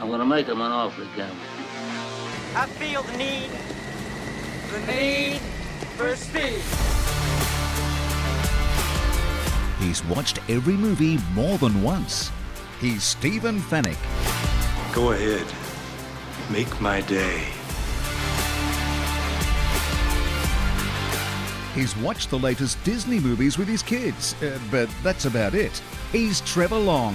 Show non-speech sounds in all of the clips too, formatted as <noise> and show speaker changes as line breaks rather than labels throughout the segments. I'm gonna make him an offer again.
I feel the need, the need for speed.
He's watched every movie more than once. He's Stephen Fennick.
Go ahead. Make my day.
He's watched the latest Disney movies with his kids, uh, but that's about it. He's Trevor Long.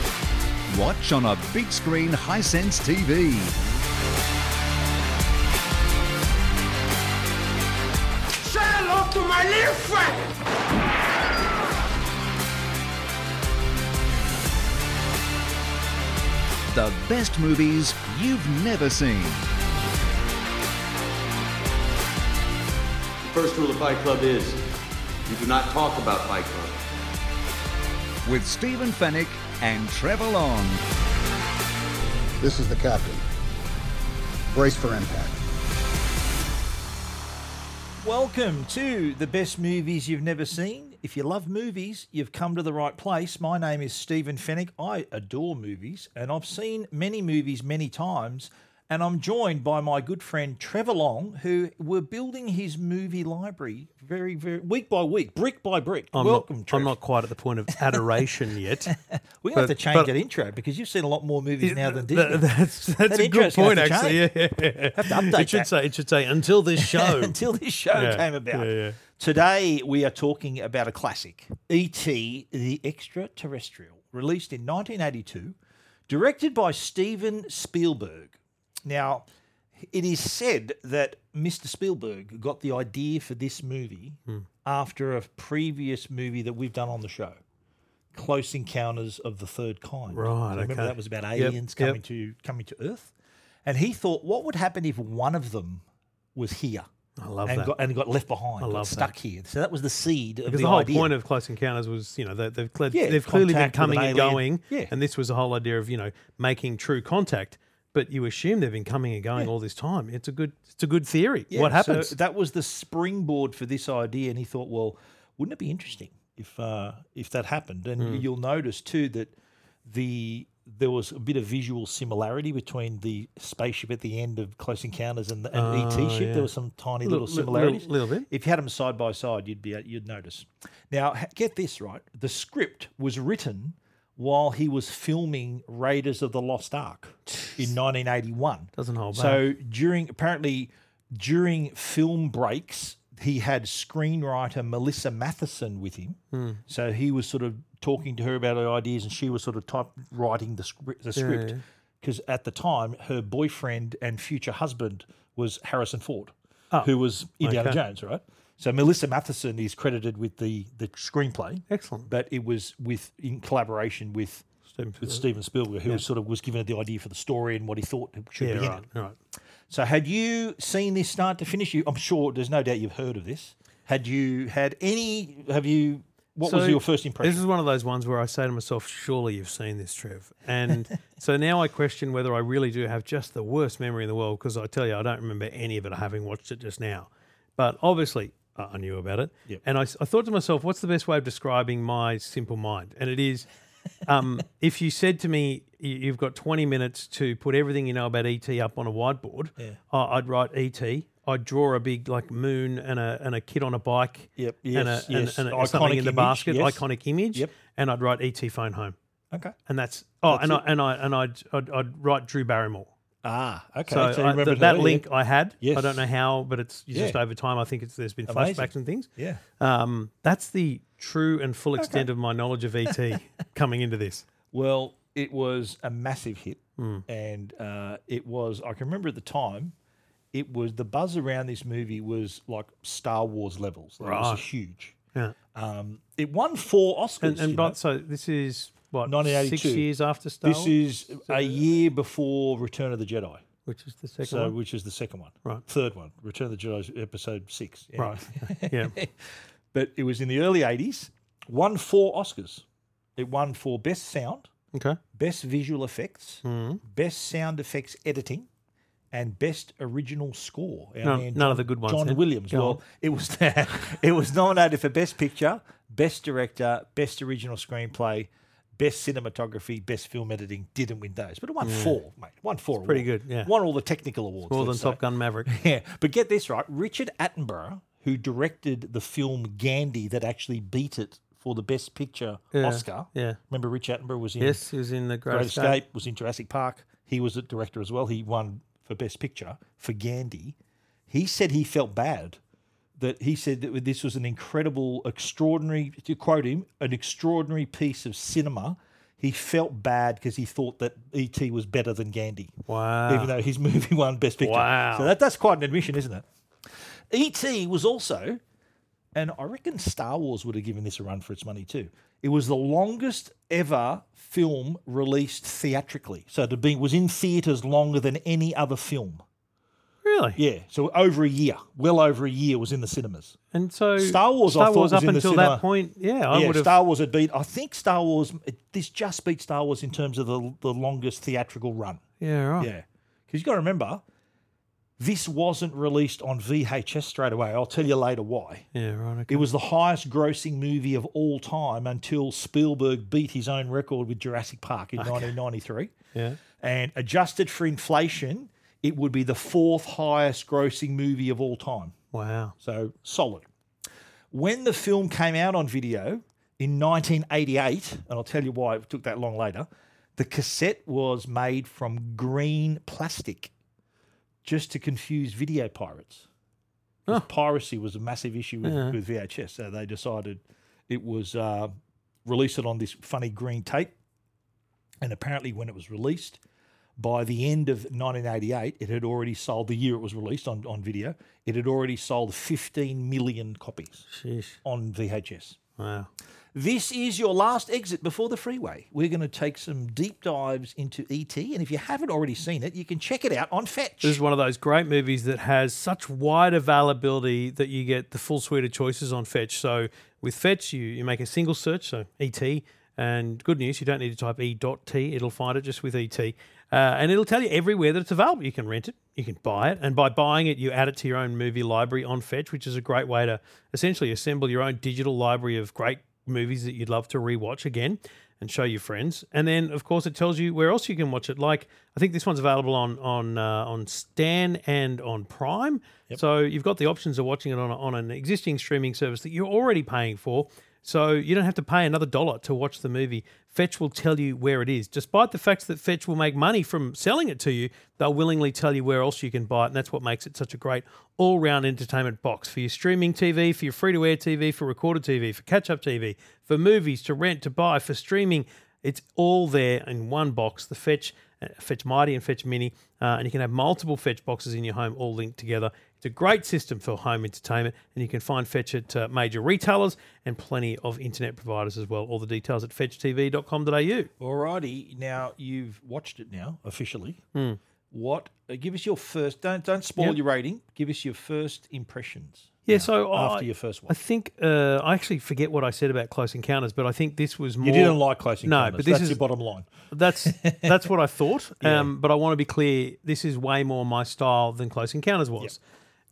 Watch on a big screen Hisense TV.
Say hello to my little friend.
The best movies you've never seen.
First rule of Fight Club is you do not talk about Fight Club.
With Stephen Fennick and Trevor Long.
This is the captain. Brace for impact.
Welcome to the best movies you've never seen. If you love movies, you've come to the right place. My name is Stephen Fennick. I adore movies, and I've seen many movies many times. And I'm joined by my good friend Trevor Long, who we're building his movie library very, very week by week, brick by brick.
I'm
Welcome,
not,
Trev.
I'm not quite at
<laughs>
the point of adoration yet.
We're gonna have to
but-
change
but-
that intro because you've seen a lot more movies now than Disney.
That- that's that's a good
intro's gonna
point,
have to
actually.
change.
Yeah, yeah.
Have to update
It should
that.
say it should say
<laughs>
until this show.
until this show
Yeah,
came about.
yeah, yeah.
Today we are talking about a classic, E.T. the Extraterrestrial, released in 1982, directed by Steven Spielberg. Now, it is said that Mr. Spielberg got the idea for this movie
Hmm.
after a previous movie that we've done on the show. Close Encounters of the Third Kind.
Right,
So remember
okay.
that was about
Yep,
aliens
yep.
coming to coming to Earth, and he thought, what would happen if one of them was here?
I love
and
that.
got and got left behind.
I
got
love that.
stuck here. So that was the seed of
because
the,
the, whole
idea.
point of Close Encounters was, you know, they, they've cle-
Yeah,
they've clearly been
contact with
coming
an
and
alien.
going,
Yeah.
and this was the whole idea of, you know, making true contact. But you assume they've been coming and going all this time. It's a good, it's a good theory.
Yeah,
what
so
happens?
that was the springboard for this idea, and he thought, well, wouldn't it be interesting if uh, if that happened? And
Hmm.
you'll notice too that the there was a bit of visual similarity between the spaceship at the end of Close Encounters and the and ET ship. There were some tiny
Little-
little
little-
similarities.
little bit.
If you had them side by side, you'd be you'd notice. Now, h- get this right: the script was written while he was filming Raiders of the Lost Ark in 1981.
Doesn't hold
So during apparently during film breaks, he had screenwriter Melissa Matheson with him.
Hmm.
So he was sort of talking to her about her ideas, and she was sort of typewriting the script. The script because at the time her boyfriend and future husband was Harrison Ford, who was Indiana
Oh, okay.
Jones, right? So Melissa Matheson is credited with the the screenplay,
Excellent.
but it was with in collaboration with
Steven
with
Spielberg.
Steven Spielberg, who sort of was given the idea for the story and what he thought should
yeah,
be in
right,
it.
right.
So, had you seen this start to finish? You, I'm sure there's no doubt you've heard of this. Had you had any? Have you? What was
So,
your first impression?
This is one of those ones where I say to myself, surely you've seen this, Trev. And
<laughs>
so now I question whether I really do have just the worst memory in the world because I tell you, I don't remember any of it having watched it just now. But obviously, I I knew about it. And I, s- I thought to myself, what's the best way of describing my simple mind? And it is um, <laughs> if you said to me, "You- you've got 20 minutes to put everything you know about ET up on a whiteboard, I I'd write ET. I'd draw a big like moon and a and a kid on a bike
Yep,
and, a,
yes,
and,
yes.
and a,
Iconic
something in the
image,
basket,
yes.
iconic image,
Yep.
and I'd write ET phone home,
okay.
and that's oh, and I, and I and I'd, I'd I'd write Drew Barrymore.
Ah, okay.
So,
you
I-
remembered
th- that
her, yeah.
link I had, I
Yes.
don't know how, but it's, it's
Yeah.
just over time. I think it's there's been
Amazing.
flashbacks and things.
Yeah.
Um, that's the true and full extent of my knowledge
<laughs>
of ET coming into this.
Well, it was a massive hit, and uh, it was. I can remember at the time, it was the buzz around this movie was like Star Wars levels. Like, It was
Right.
huge.
Yeah.
Um, it won four Oscars.
And, and
you
but
know.
so this is what
1982.
six years after Star
This
Wars?
is a year before Return of the Jedi,
which is the second
so
one.
which is the second one,
Right.
Third one, Return of the Jedi, Episode Six. Anyway.
<laughs> right? yeah,
<laughs> but it was in the early '80s. Won four Oscars. It won for best sound,
okay.
best visual effects,
Hmm.
best sound effects editing, and best original score. Our
None-
man
none of the good ones,
John
then.
Williams.
Go
well,
on.
it was <laughs> it was nominated for best picture, best director, best original screenplay. Best cinematography, best film editing, didn't win those, but it won four, mate. It Won four.
pretty
awards.
good, yeah.
Won all the technical awards.
More than
let's
Top
say.
Gun Maverick.
Yeah, but get this right: Richard Attenborough, who directed the film Gandhi, that actually beat it for the Best Picture
Yeah,
Oscar.
yeah.
remember Rich Attenborough was in
Yes, he was in the Great,
Great
Escape.
Escape. was in Jurassic Park. He was a director as well. He won for Best Picture for Gandhi. He said he felt bad that he said that this was an incredible, extraordinary, to quote him, an extraordinary piece of cinema. He felt bad because he thought that E.T. was better than Gandhi.
Wow.
Even though his <laughs> movie won Best Picture.
Wow.
So that, that's quite an admission, isn't it? E.T. was also and I reckon Star Wars would have given this a run for its money too. It was the longest ever film released theatrically. So it had been, was in theatres longer than any other film.
Really?
Yeah, so over a year, well over a year was in the cinemas.
And so
Star Wars, I
Star
thought,
Wars
was
up
in the
until
cinema.
that point, yeah, I
yeah,
would have.
Star Wars had beat, I think Star Wars, it- this just beat Star Wars in terms of the, the longest theatrical run.
yeah, right.
<laughs> Yeah. Because you've got to remember, this wasn't released on VHS straight away. I'll tell you later why.
Yeah, right. Okay.
It was the highest grossing movie of all time until Spielberg beat his own record with Jurassic Park in 1993.
yeah.
And adjusted for inflation, it would be the fourth highest grossing movie of all time.
Wow.
So solid. When the film came out on video in 1988, and I'll tell you why it took that long later, the cassette was made from green plastic just to confuse video pirates. 'Cause Piracy was a massive issue with, with VHS. So they decided it was uh, release it on this funny green tape. And apparently, when it was released, by the end of 1988, it had already sold, the year it was released on, on video, it had already sold 15 million copies
Sheesh.
on VHS.
Wow.
This is your last exit before the freeway. We're going to take some deep dives into ET, and if you haven't already seen it, you can check it out on Fetch.
This is one of those great movies that has such wide availability that you get the full suite of choices on Fetch. So with Fetch, you, you make a single search, so ET, and good news, you don't need to type E.T, it'll find it just with ET. Uh, and it'll tell you everywhere that it's available. You can rent it, you can buy it, and by buying it, you add it to your own movie library on Fetch, which is a great way to essentially assemble your own digital library of great movies that you'd love to rewatch again and show your friends. And then, of course, it tells you where else you can watch it. Like I think this one's available on on uh, on Stan and on Prime. So you've got the options of watching it on a, on an existing streaming service that you're already paying for. So you don't have to pay another dollar to watch the movie. Fetch will tell you where it is. Despite the fact that Fetch will make money from selling it to you, they'll willingly tell you where else you can buy it, and that's what makes it such a great all-round entertainment box for your streaming TV, for your free-to-air TV, for recorded TV, for catch-up TV, for movies to rent, to buy, for streaming. It's all there in one box. The Fetch, uh, Fetch Mighty, and Fetch Mini, uh, and you can have multiple Fetch boxes in your home, all linked together. It's a great system for home entertainment, and you can find Fetch at uh, major retailers and plenty of internet providers as well. All the details at fetchtv.com.au.
Alrighty, now you've watched it now officially.
Hmm.
What? Uh, give us your first. Don't don't spoil
Yep.
your rating. Give us your first impressions.
Yeah, so
after
I,
your first
I
watch.
think uh, I actually forget what I said about Close Encounters, but I think this was more.
You didn't like Close
No,
Encounters.
but this
That's
is
your bottom line. <laughs>
That's that's what I thought. Um, but I want to be clear: this is way more my style than Close Encounters was.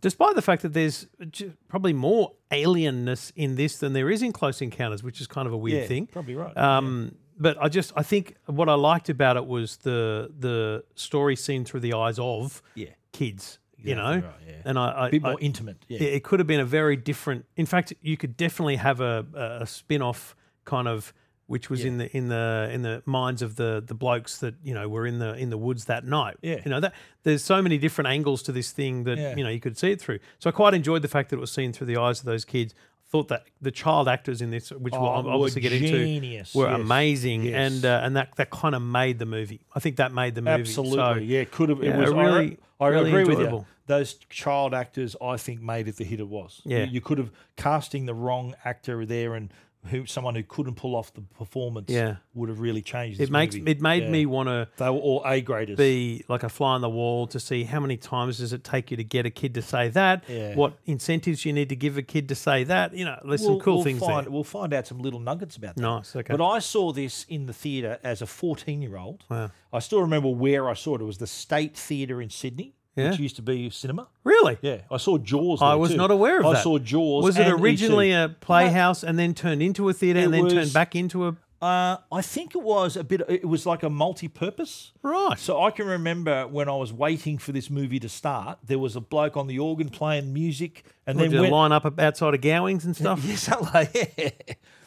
Despite the fact that there's j- probably more alienness in this than there is in Close Encounters, which is kind of a weird
Yeah,
thing.
probably right.
Um, But I just I think what I liked about it was the the story seen through the eyes of
Yeah.
kids, you know,
right, yeah.
and I, I
a bit more
I-
intimate. Yeah.
it, it could have been a very different. In fact, you could definitely have a, a- a spin-off kind of, which was in the in the in the minds of the the blokes that you know were in the in the woods that night.
Yeah.
you know that there's so many different angles to this thing that
Yeah.
you know you could see it through. So I quite enjoyed the fact that it was seen through the eyes of those kids. I Thought that the child actors in this, which
Oh,
we'll obviously
were
get into,
genius.
were
Yes.
amazing,
Yes.
and uh, and that that kind of made the movie. I think that made the movie. So-
Absolutely. yeah, could have.
yeah,
it was
I
I re-
really-
I,
really
agree with
enjoyable.
you. Those child actors, I think, made it the hit it was.
Yeah.
You, you could have casting the wrong actor there and who someone who couldn't pull off the performance
Yeah.
would have really changed.
It
this
makes
movie.
it made
Yeah.
me want to
They were all A graders.
be like a fly on the wall to see how many times does it take you to get a kid to say that.
Yeah.
What incentives you need to give a kid to say that. You know, there's
We'll-
some cool
we'll
things
find,
there.
We'll find out some little nuggets about that.
Nice, okay.
But I saw this in the theatre as a 14 year old.
Wow.
I still remember where I saw it. It was the State Theatre in Sydney,
Yeah.
which used to be cinema.
Really?
Yeah, I saw Jaws.
I
there
was
too.
not aware of
I
that.
saw Jaws.
Was it
and E E.T..
originally a playhouse and then turned into a theatre and
It
then
was-
turned back into a
Uh, I think it was a bit. It was like a multi-purpose.
right?
So I can remember when I was waiting for this movie to start, there was a bloke on the organ playing music, and
Would
then
you
went,
line up outside of Gowings and
<laughs>
stuff?
Yeah, something like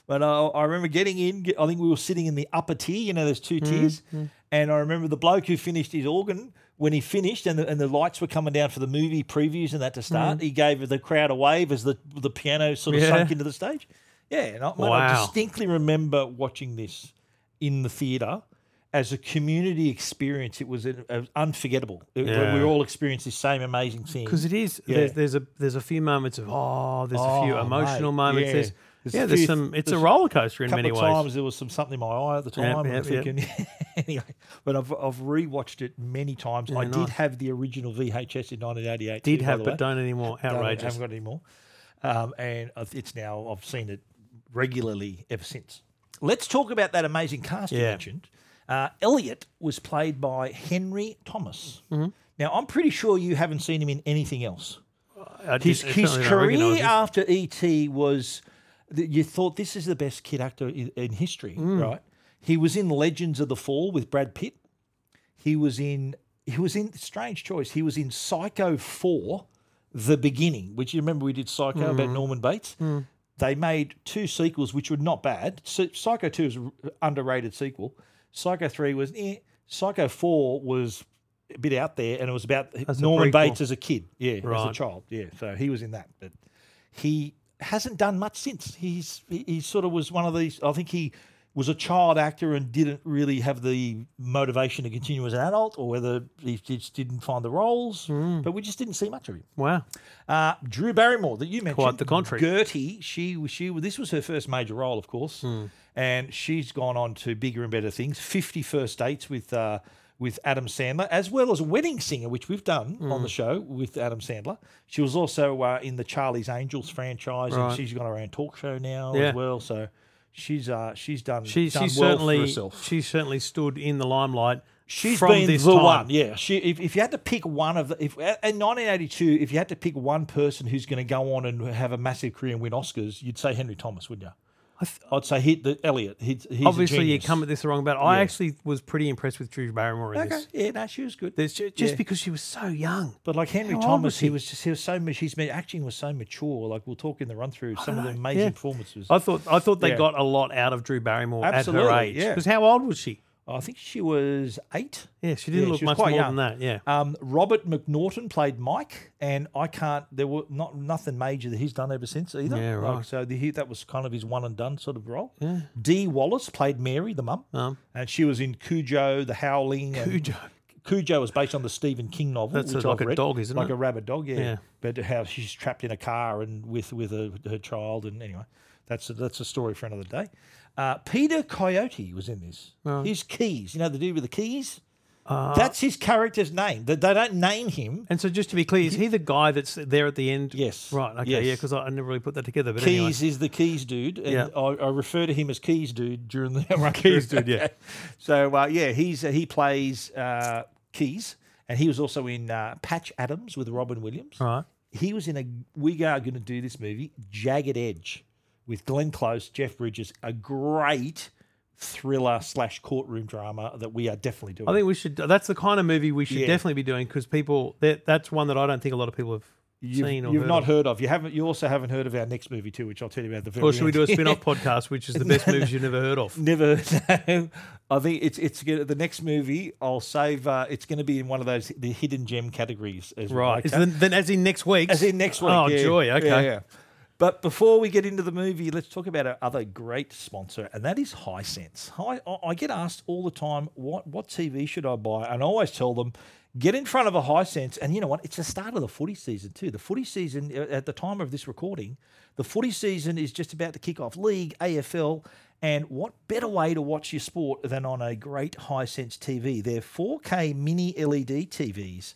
But uh, I, I remember getting in. get- I think we were sitting in the upper tier. You know, there's two
Mm-hmm,
tiers. And I remember the bloke who finished his organ when he finished, and the, and the lights were coming down for the movie previews and that to start. He gave the crowd a wave as the the piano sort of
Mm. Yeah.
sunk into the stage. Yeah, and I, mate, I
Wow.
distinctly remember watching this in the theatre as a community experience. It was an, uh, unforgettable. It- We
Yeah.
all experienced this same amazing thing.
Because it is.
Yeah.
There's, there's a there's a few moments of oh, there's a few
Oh,
emotional
mate,
moments.
yeah. There's
There's, yeah,
a
there's
few-
some. It's a
there's
roller coaster in
couple
many
of
ways.
times there was some something in my eye at the
Yep,
time. and I'm
yep, yep.
thinking- <laughs> anyway, but I've I've rewatched it many times. I did
nice.
have the original VHS in 1988.
Did
too, by
have,
the way.
but don't anymore.
Don't-
Outrageous.
haven't got it anymore. Um, and I've- it's now I've seen it regularly ever since. Let's talk about that amazing cast you
Yeah.
mentioned. Uh, Elliot was played by Henry Thomas.
Mm-hmm.
Now I'm pretty sure you haven't seen him in anything else.
I
His,
didn't-
his
certainly don't recognise
career
it.
after ET was that you thought this is the best kid actor in, in history,
Mm.
right? He was in Legends of the Fall with Brad Pitt. He was in he was in strange choice. He was in Psycho 4 The Beginning, which you remember we did Psycho about
Mm.
Norman Bates. They made two sequels which were not bad. So Psycho 2 is an underrated sequel. Psycho 3 was eh. Psycho 4 was a bit out there and it was about
As a
Norman
prequel.
Bates as a kid. Yeah, as a
Right.
child. Yeah, so he was in that, but he hasn't done much since. He's he, he sort of was one of these. I think he was a child actor and didn't really have the motivation to continue as an adult, or whether he just didn't find the roles. But we just didn't see much of him.
Wow.
Uh, Drew Barrymore that you mentioned,
the contrary.
Gertie, she she this was her first major role, of course,
Hmm.
and she's gone on to bigger and better things. Fifty first dates with uh, with Adam Sandler, as well as Wedding Singer, which we've done
Hmm.
on the show with Adam Sandler. She was also uh, in the Charlie's Angels franchise, and
Right.
she's got her own talk show now
Yeah.
as well. So she's uh, she's done
She
done
she
well for
certainly
herself.
she certainly stood in the limelight.
She's
from
been
this
the
time.
one. Yeah. She if, if you had to pick one of the if in 1982, if you had to pick one person who's going to go on and have a massive career and win Oscars, you'd say Henry Thomas, wouldn't you? I
th-
would say he, the Elliot. He's, he's a
Obviously, you
genius.
come at this the wrong. But I
Yeah.
actually was pretty impressed with Drew Barrymore in
Okay.
this.
Yeah, no, she was good.
There's ju- just
Yeah.
because she was so young.
But like Henry
How old
Thomas,
was
he?
he?
was just he was so much. His acting was so mature. Like we'll talk in the run through some of the amazing
Yeah.
performances.
I thought I thought they
Yeah.
got a lot out of Drew Barrymore at
Absolutely,
her age.
yeah.
Because how old was she?
I think she was eight.
Yeah, she didn't look
was
much
quite
more
young.
than that, yeah.
Um, Robert McNaughton played Mike, and I can't. There were not nothing major that he's done ever since either.
Yeah,
Like,
right.
so the, he, that was kind of his one and done sort of role. Dee Wallace played Mary, the mum, and she was in Cujo, The Howling. and-
Um. Cujo.
Cujo was based on the Stephen King novel.
That's
which
like
I've
a
read.
dog, isn't
like
it?
a rabid dog, yeah.
Yeah.
But how she's trapped in a car and with with her, her child, and anyway, that's a, that's a story for another day. Uh, Peter Coyote was in this.
Oh.
His keys, you know, the dude with the keys.
Uh,
that's his character's name. They, they don't name him.
And so, just to be clear, is he the guy that's there at the end?
Yes.
Right. Okay.
Yes.
Yeah. Because I, I never really put that together. But anyway.
Keys is the Keys dude, and
Yeah.
I, I refer to him as Keys dude during
<laughs>
the run
Keys
through.
dude, yeah.
<laughs> So uh, yeah, he's uh, he plays uh, Keys, and he was also in uh, Patch Adams with Robin Williams.
Right.
He was in a we are going to do this movie Jagged Edge with Glenn Close, Jeff Bridges, a great thriller slash courtroom drama that we are definitely doing.
I think we should. That's the kind of movie we should
Yeah.
definitely be doing because people. That, that's one that I don't think a lot of people have
you've,
seen. Or
you've
heard
not
of.
heard of. You haven't. You also haven't heard of our next movie too, which I'll tell you about at the very.
Or should we do a
end.
spin-off podcast, which is the best movies you've never heard
<laughs>
of?
Never. <laughs> No. I think it's it's gonna- the next movie. I'll save. Uh, it's going to be in one of those the hidden gem categories as well.
Right. Is then, then as in next week.
as in next week.
Oh,
yeah.
joy.
Yeah,
Okay.
yeah. But before we get into the movie, let's talk about our other great sponsor, and that is Hisense. Hi, I- I get asked all the time, what what TV should I buy? And I always tell them, Get in front of a high sense, and you know what? It's the start of the footy season too. The footy season uh, at the time of this recording, the footy season is just about to kick off. League, AFL, and what better way to watch your sport than on a great high sense TV? Their 4K mini E LED TVs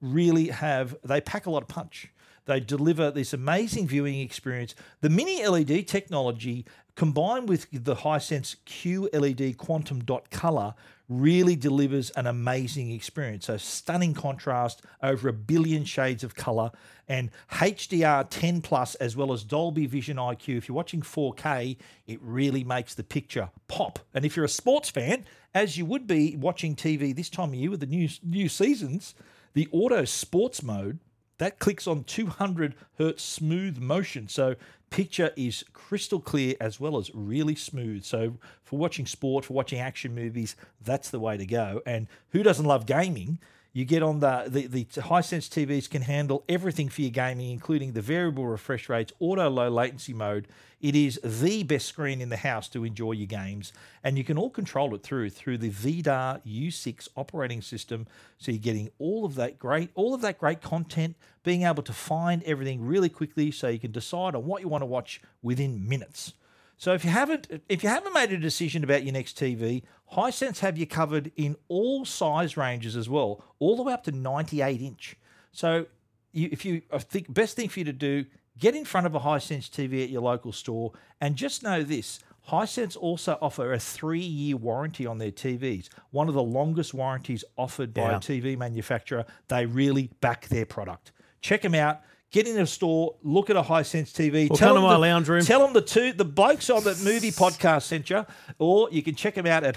really have they pack a lot of punch. They deliver this amazing viewing experience. The mini LED technology combined with the Hisense QLED quantum dot color really delivers an amazing experience. So stunning contrast over a billion shades of color and HDR 10 plus as well as Dolby Vision IQ. If you're watching 4K, it really makes the picture pop. And if you're a sports fan, as you would be watching TV this time of year with the new new seasons, the auto sports mode that clicks on 200 hertz smooth motion so picture is crystal clear as well as really smooth so for watching sport for watching action movies that's the way to go and who doesn't love gaming you get on the the, the hisense tvs can handle everything for your gaming including the variable refresh rates auto low latency mode it is the best screen in the house to enjoy your games and you can all control it through through the vdar u6 operating system so you're getting all of that great all of that great content being able to find everything really quickly so you can decide on what you want to watch within minutes so if you haven't if you haven't made a decision about your next TV, Hisense have you covered in all size ranges as well, all the way up to 98 inch. So you, if you I think best thing for you to do, get in front of a Hisense TV at your local store and just know this, Hisense also offer a 3-year warranty on their TVs, one of the longest warranties offered by
Yeah.
a TV manufacturer. They really back their product. Check them out. Get in a store, look at a Hisense TV.
Or
tell
come to
them
my
the-
lounge room.
Tell tell them the two the blokes on the movie podcast sent you, or you can check them out at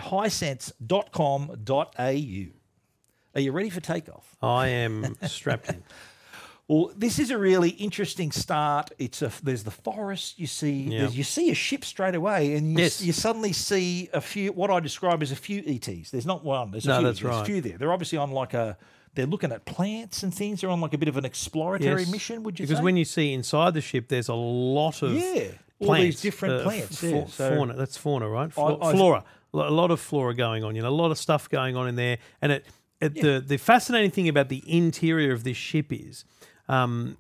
highsense.com.au. Are you ready for takeoff?
I am strapped in.
Well, this is a really interesting start. It's a there's the forest you see
Yeah.
there's- you see a ship straight away, and you,
Yes.
you suddenly see a few what I describe as a few ETs. There's not one. There's a
No,
few.
that's
there's a
right.
few there. They're obviously on like a they're looking at plants and things. They're on like a bit of an exploratory
Yes.
mission. Would you
because
say?
when you see inside the ship, there's a lot of
Yeah, all these
plants,
different
uh,
plants,
fa-
yeah, so-
fauna. That's fauna, right? Fla-
I-
flora. Lo- A lot of flora going on. You know, a lot of stuff going on in there. And it, it the the fascinating thing about the interior of this ship is. Um,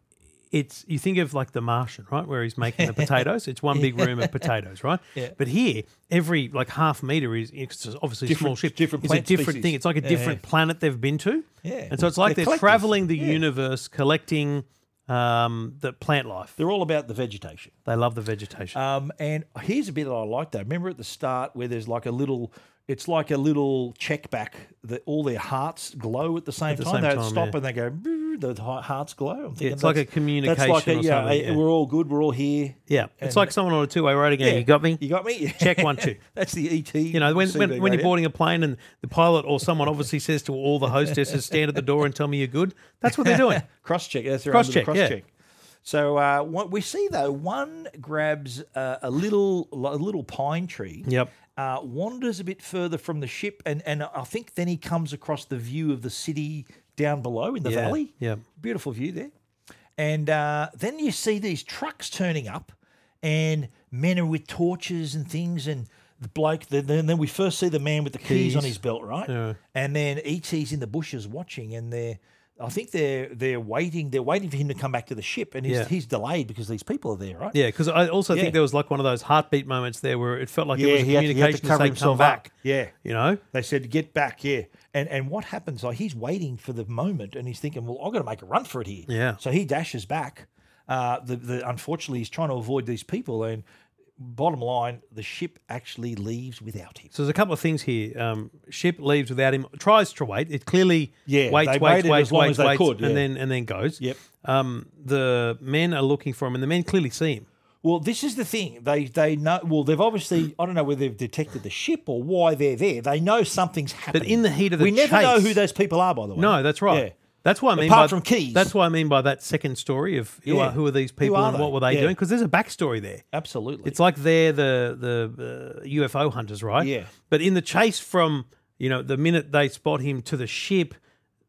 it's you think of like the Martian, right, where he's
<laughs>
making the potatoes. It's one big room of potatoes, right? Yeah. But here, every like half meter is it's obviously a small
Different-
ship.
different
it's a
plant
different
species.
thing. It's like a
Yeah,
different planet they've been to.
Yeah.
And so it's like
They're
they're,
collectors.
traveling the
Yeah.
universe, collecting um, the plant life.
they're all about the vegetation.
They love the vegetation.
Um, and here's a bit that I like though. Remember at the start where there's like a little, it's like a little check back that all their hearts glow at the same
the
time.
same
they
time,
stop
yeah.
and they go, "Brrr," the he- hearts glow. I'm thinking
it's like
that's-
a communication
That's like a,
or
yeah,
something,
a-
yeah.
we're all good. We're all here.
yeah, it's
and-
like someone on a two-way road again.
Yeah.
You got me.
You got me. <laughs>
Check one, two.
that's the E ET.
You know, when, when, when you're
boarding.
boarding a plane and the pilot or someone obviously says to all
<laughs>
the hostesses, stand at the door and tell me you're good. That's what they're doing.
cross check. That's right.
Cross
Cross check.
check,
Cross
yeah.
check. So uh, what we see though, one grabs uh, a little a little pine tree.
Yep.
Uh, wanders a bit further from the ship, and and I think then he comes across the view of the city down below in the
Yeah,
valley.
yeah.
Beautiful view there. And uh, then you see these trucks turning up, and men are with torches and things, and the bloke. Then then then we first see the man with the keys, on
Keys.
his belt, right? And then ET's in the bushes watching, and they're. I think they're they're waiting. They're waiting for him to come back to the ship, and he's,
Yeah.
he's delayed because these people are there, right?
Yeah, because I also
Yeah.
think there was like one of those heartbeat moments there where it felt like
Yeah,
it was a
he had to- he had to
communication
cover
say,
himself
come back.
up. Yeah.
You know?
They said get back, yeah. And and what happens? Like he's waiting for the moment, and he's thinking, well, I've got to make a run for it here.
Yeah.
So he dashes back. Uh, the, the unfortunately, he's trying to avoid these people, and bottom line, the ship actually leaves without him.
So there's a couple of things here. Um, ship leaves without him. Tries to wait. It clearly
Yeah,
waits,
they
waits,
waited
waits,
as long
waits,
as they
waits,
could, yeah.
and then and then goes.
Yep.
Um, the men are looking for him, and the men clearly see him.
Well, this is the thing. They they know. Well, they've obviously. I don't know whether they've detected the ship or why they're there. They know something's happening.
in the heat of the
we never know
chase-
who those people are. By the way,
No, that's right.
Yeah.
That's what I mean.
Apart
by,
from keys.
That's what I mean by that second story of who,
Yeah.
are, who are these
Who
people
are
and
they?
what were they
Yeah.
doing? Because there's a backstory there.
Absolutely.
It's like they're the the uh, UFO hunters, right?
Yeah.
But in the chase from you know the minute they spot him to the ship,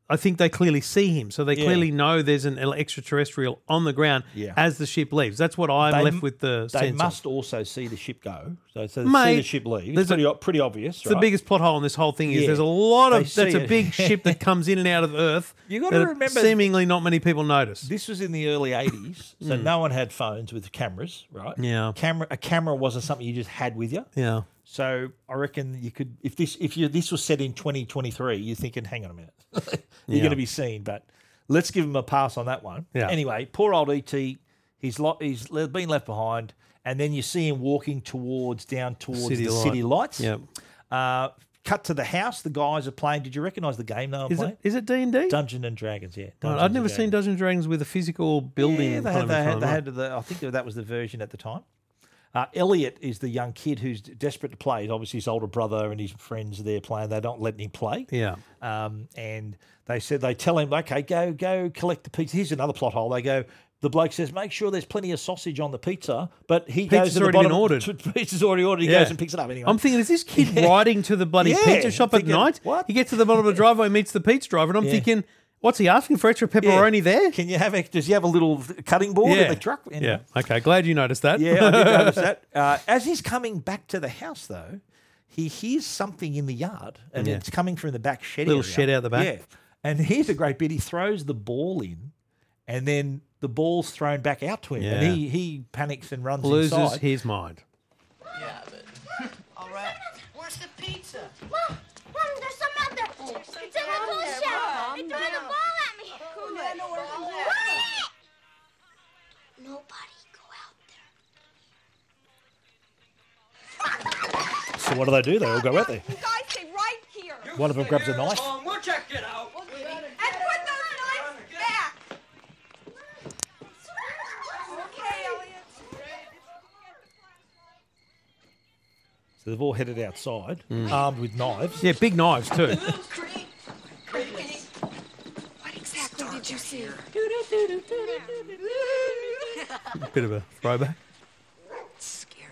I think they clearly see him, so they
Yeah.
clearly know there's an el- extraterrestrial on the ground
Yeah.
as the ship leaves. That's what I'm
They-
left with the
They
sense of.
must also see the ship go. So, so they see
Mate,
the ship leave. It's
there's a-
pretty, o- pretty obvious.
It's the biggest plot hole in this whole thing is
Yeah.
there's a lot
They
of
see
that's a
it.
big ship
<laughs>
that comes in and out of Earth.
You gotta
that
remember-
seemingly not many people notice.
This was in the early 80s, so no one had phones with cameras, right?
Hmm. Yeah.
Camera a camera wasn't something you just had with you.
Yeah,
So I reckon you could if this if you this was set in 2023, you're thinking, hang on a minute, <laughs> you're going to be seen. But let's give him a pass on that one.
Yeah.
Anyway, poor old ET, he's lo- he's le- been left behind, and then you see him walking towards down towards
City
the
light.
city lights.
Yep.
Uh, cut to the house. The guys are playing. Did you recognise the game they were
is
playing?
it is it D and D?
Dungeon and Dragons. Yeah. Dungeons
I'd
and
never seen
Dragons.
Dungeons and Dragons with a physical building.
Yeah, they
kind
had,
of
they had,
time,
they
right?
had the, I think that was the version at the time. Uh, Elliot is the young kid who's desperate to play. He's obviously his older brother and his friends are there playing. They don't let him play.
Yeah.
Um, and they said they tell him, okay, go go collect the pizza. Here's another plot hole. They go. The bloke says, make sure there's plenty of sausage on the pizza, but he goes
Pizza's
to the
already been
bottom.
ordered.
<laughs> Pizza's already ordered. He
Yeah.
goes and picks it up anyway.
I'm thinking, is this
<laughs>
kid riding to the bloody
Yeah,
pizza shop at
thinking,
night?
what?
He gets to the bottom
<laughs>
of the driveway, meets the pizza driver, and I'm
Yeah.
thinking, what's he asking for extra pepperoni there?
Can you have? a- Does he have a little cutting board in the truck? Anyway.
Yeah. Okay. Glad you noticed that.
Yeah, I did notice that. Uh, as he's coming back to the house, though, he hears something in the yard, and
Yeah.
it's coming from the back shed.
Little
area.
shed out the back.
Yeah, and here's a great bit. He throws the ball in, and then the ball's thrown back out to him,
Yeah.
and he he panics and runs
<laughs> Loses
inside.
his mind.
All right. Where's the pizza?
Mom, Mom, there's some out there. It's in the tool shed. They threw the ball at me.
Cool down.
Nobody go out there.
So what do they do? They all go out there.
You guys stay right here. And
One of them grabs a knife.
Um, we'll check it out.
put those knives back. Okay,
So they've all headed outside,
Mm.
armed with knives.
Yeah, big knives
<laughs>
too.
What exactly did you see?
Bit of a throwback.
Scary.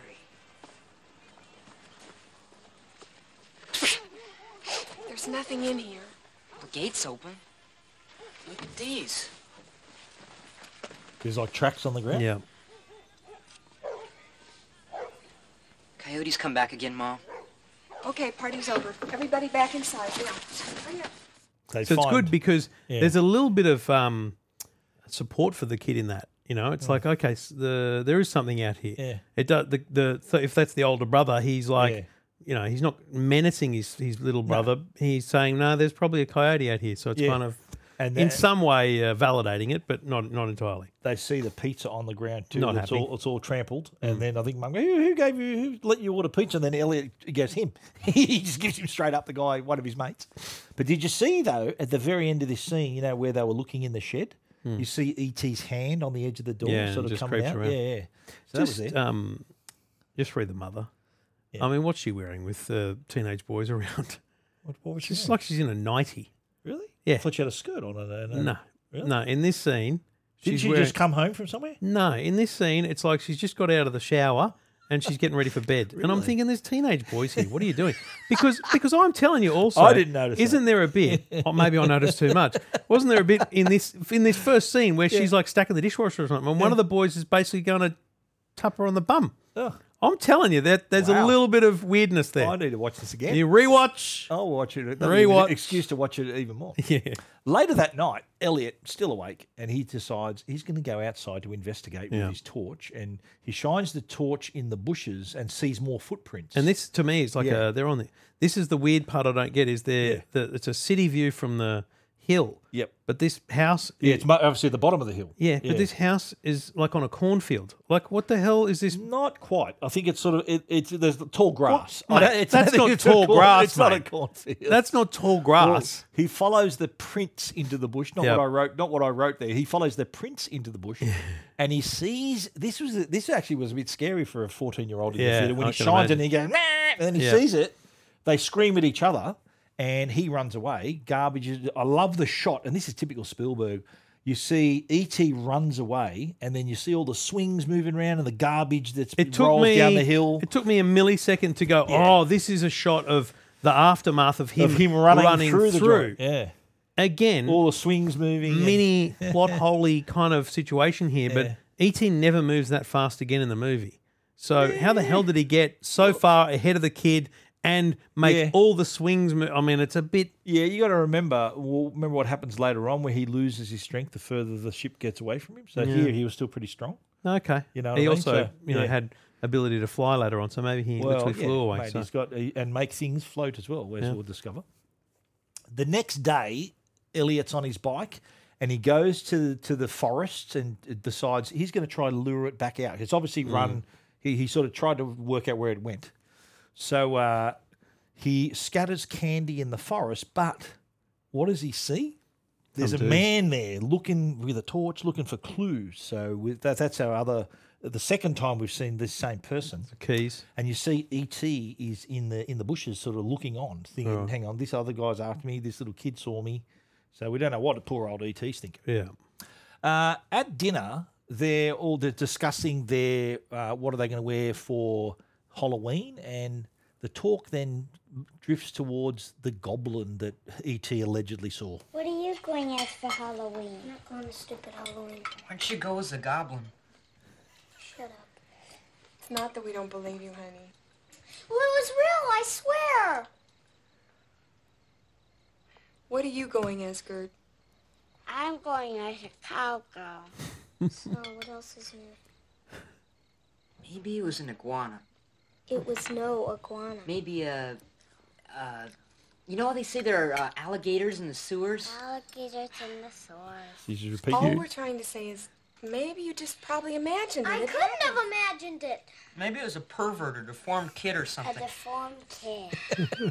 There's nothing in here.
The gate's open. Look at these.
There's like tracks on the ground.
Yeah.
Coyotes come back again, Mom.
Okay, party's over. Everybody back inside now. Hurry up.
They
So it's
find-
good because
Yeah.
there's a little bit of um, support for the kid in that. You know, it's like okay, s the there is something out here.
Mm. Yeah.
It does the the so if that's the older brother, he's like.
Yeah.
You know, he's not menacing his, his little brother. He's saying, "No, there's probably a coyote out here." So it's
Yeah.
kind of,
and
in
they-
some way, uh, validating it, but not not entirely.
they see the pizza on the ground too.
Not
it's
happy. Mm.
all it's all trampled, and then I think Mum goes, who, "Who gave you? Who let you order pizza?" And then Elliot goes, "Him." <laughs> he just gives him straight up the guy, one of his mates. But did you see though at the very end of this scene, you know where they were looking in the shed, you see ET's hand on the edge of the door,
Hmm. Yeah, and
sort of
just
coming
creeps
out.
around.
Yeah, yeah. So
just
that was it.
um, just read the mother. I mean, what's she wearing with uh, teenage boys <laughs> around?
what, what was she
It's
doing?
like she's in a nighty.
really?
yeah.
I thought she had a skirt on. And, and,
No,
Uh, Really?
no. In this scene,
Did
she's
she
wearing-
just come home from somewhere?
No, in this scene, it's like she's just got out of the shower and she's getting ready for bed. And I'm thinking, there's teenage boys here. What are you doing? Because because I'm telling you also,
I didn't notice that.
Isn't there a bit? Or maybe I noticed too much. Wasn't there a bit in this in this first scene where she's like stacking the dishwasher or something? And one of the boys is basically going to tap her on the bum.
Oh,
I'm telling you that there's
Wow.
a little bit of weirdness there.
Oh, I Oh. need to watch this again.
You rewatch.
I'll watch it. That'll be an
Rewatch.
excuse to watch it even more.
<laughs> Yeah.
Later that night, Elliot, still awake, and he decides he's going to go outside to investigate
Yeah.
with his torch. And he shines the torch in the bushes and sees more footprints.
And this to me is like
Yeah.
a, they're on the. This is the weird part I don't get is there.
Yeah.
The, it's a city view from the hill.
Yep.
But this house.
yeah, it's mo- obviously at the bottom of the hill.
Yeah, but this house is like on a cornfield. Like, what the hell is this?
not quite. I think it's sort of it, it's there's the tall grass. I
Mate,
don't- it's-
that's
I think
not
it's
tall
a corn-
grass,
It's not a
mate.
cornfield.
That's not tall
Well,
grass.
He follows the prints into the bush. Not
Yep.
what I wrote. Not what I wrote there. He follows the prints into the
<laughs>
bush, and he sees this was this actually was a bit scary for a fourteen year old in the
Yeah,
theater when
I
he
can
shines and he goes, "Meh," and then he
Yeah.
sees it. They scream at each other, and he runs away. Garbage. is- I love the shot, and this is typical Spielberg. You see E.T. runs away, and then you see all the swings moving around and the garbage that's
It took
rolls
me
down the hill.
It took me a millisecond to go.
Yeah.
Oh, this is a shot of the aftermath of him
of him running, through the joint.
through."
Yeah.
again,
All the swings moving. and- <laughs>
mini plot holy kind of situation here, but ET never moves that fast again in the movie. So how the hell did he get so far ahead of the kid and make
Yeah.
all the swings? Mo- I mean, it's a bit.
Yeah, you got to remember. Well, remember what happens later on, where he loses his strength the further the ship gets away from him. So here he was still pretty strong.
Okay,
You know what I
he
mean?
also
So,
you know
yeah.
had ability to fly later on, so maybe he literally flew
yeah,
away.
mate,
so.
he's got and make things float as well, as we'll discover. The next day, Elliot's on his bike and he goes to to the forest and decides he's going to try to lure it back out. It's obviously
Mm.
run. He he sort of tried to work out where it went. So uh, he scatters candy in the forest, but what does he see? There's a
dude.
man there looking with a torch, looking for clues. So with that, that's our other. The second time we've seen this same person
Keys.
and you see ET is in the in the bushes, sort of looking on, thinking, "Hang on, this other guy's after me. This little kid saw me." So we don't know what the poor old ET's thinking.
Yeah.
Uh, at dinner, they're all they're discussing their uh, what are they going to wear for Halloween, and the talk then drifts towards the goblin that ET allegedly saw.
What are you going as for Halloween? I'm not going to stupid Halloween.
Why'd you go as a goblin?
Shut up.
It's not that we don't believe you, honey.
Well, it was real, I swear.
What are you going as, Gerd?
I'm going as a cowgirl.
<laughs>
so, what else is new?
Maybe he was an iguana.
It was no iguana.
Maybe a. Uh, you know how they say there are uh, alligators in the sewers?
Alligators and the swords.
You should repeat
All we're trying to say is maybe you just probably imagined it.
I
It
couldn't have imagined it.
Maybe it was a pervert or deformed kid or
A
something.
deformed kid.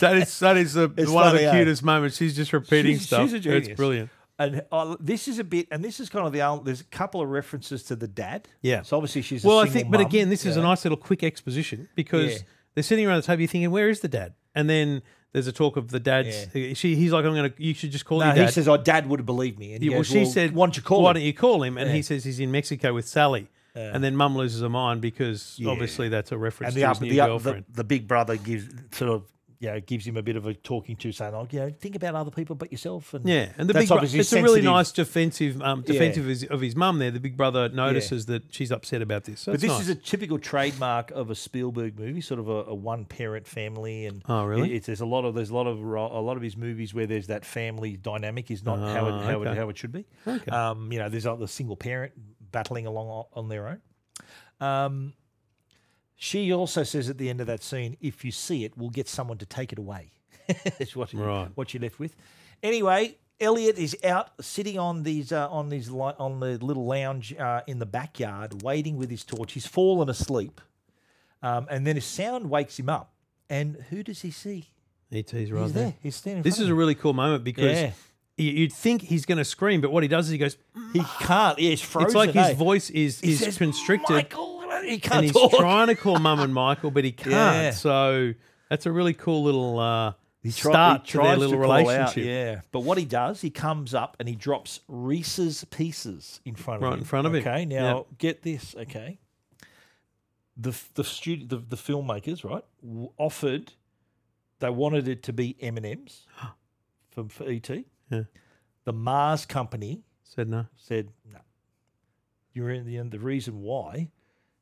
That is that is the,
It's
one of
funny,
the
eh?
cutest moments. She's just repeating
She's-
stuff.
she's a genius.
It's brilliant.
And uh, this is a bit, and this is kind of the only- there's a couple of references to the dad.
Yeah.
So obviously she's a
well, I
single
think, but
mum.
again, this is a
Yeah.
nice little quick exposition because
Yeah.
they're sitting around the table, you're thinking, "Where is the dad?" And then there's a talk of the dad's. uh, She, he's like, "I'm gonna. You should just call
No,
your dad."
he says, "Oh, Dad would have believed me." And he
Yeah, well,
goes,
she said,
"Why don't you call
Why
him?"
don't you call him?" And
Yeah.
he says he's in Mexico with Sally. And then Mum loses her mind because
Yeah.
obviously that's a reference
And
to
the,
his
up,
new
the, up, the
girlfriend.
the big brother gives sort of you know gives him a bit of a talking to, saying, "Oh, you know, think about other people but yourself." And
yeah, and the
that's
big bro- it's
obviously
a really
sensitive.
nice defensive um, defensive of his- of his mum there. The big brother notices that she's upset about this. So
But this is a typical trademark of a Spielberg movie, sort of a, a one-parent family, and
Oh, really?
it- it's, there's a lot of there's a lot of ro- a lot of his movies where there's that family dynamic is not how it
Ah,
how,
okay.
it, how it should be. Um, you know, there's not the single parent battling along o- on their own. Um, she also says at the end of that scene, "If you see it, we'll get someone to take it away." <laughs> That's what
Right.
what you're left with. Anyway, Elliot is out sitting on these uh, on these li- on the little lounge uh, in the backyard, waiting with his torch. He's fallen asleep, um, and then a sound wakes him up. And who does he see?
ET's E right
He's
there.
there. He's standing. in
This
front
is a
of
really cool moment because
Yeah.
you- you'd think he's going to scream, but what he does is he goes.
him. he can't. Yeah, he's Mm. frozen.
it's like his
eh?
voice is
He
is
says,
constricted,
Michael, he can't
and he's
talk.
trying
<laughs>
to call Mum and Michael, but he can't.
Yeah.
So that's a really cool little uh,
Try-
start
he
to their
tries
little
call out,
relationship.
yeah, but what he does, he comes up and he drops Reese's pieces in front of
Right
him.
in front of him.
Okay,
Yeah.
now get this. Okay, the f- the studio the, the filmmakers right w- offered they wanted it to be M and
<gasps>
M's for for ET.
Yeah.
The Mars company
Said no.
said no. You're in the end. The reason why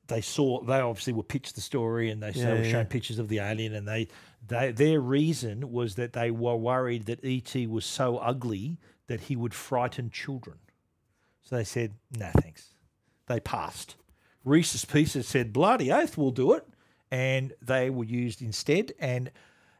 they saw they obviously were pitched the story and they s- they
Yeah,
were
yeah,
shown
yeah.
pictures of the alien and they they their reason was that they were worried that ET was so ugly that he would frighten children. So they said no thanks. They passed. Reese's Pieces said bloody oath we'll do it, and they were used instead. And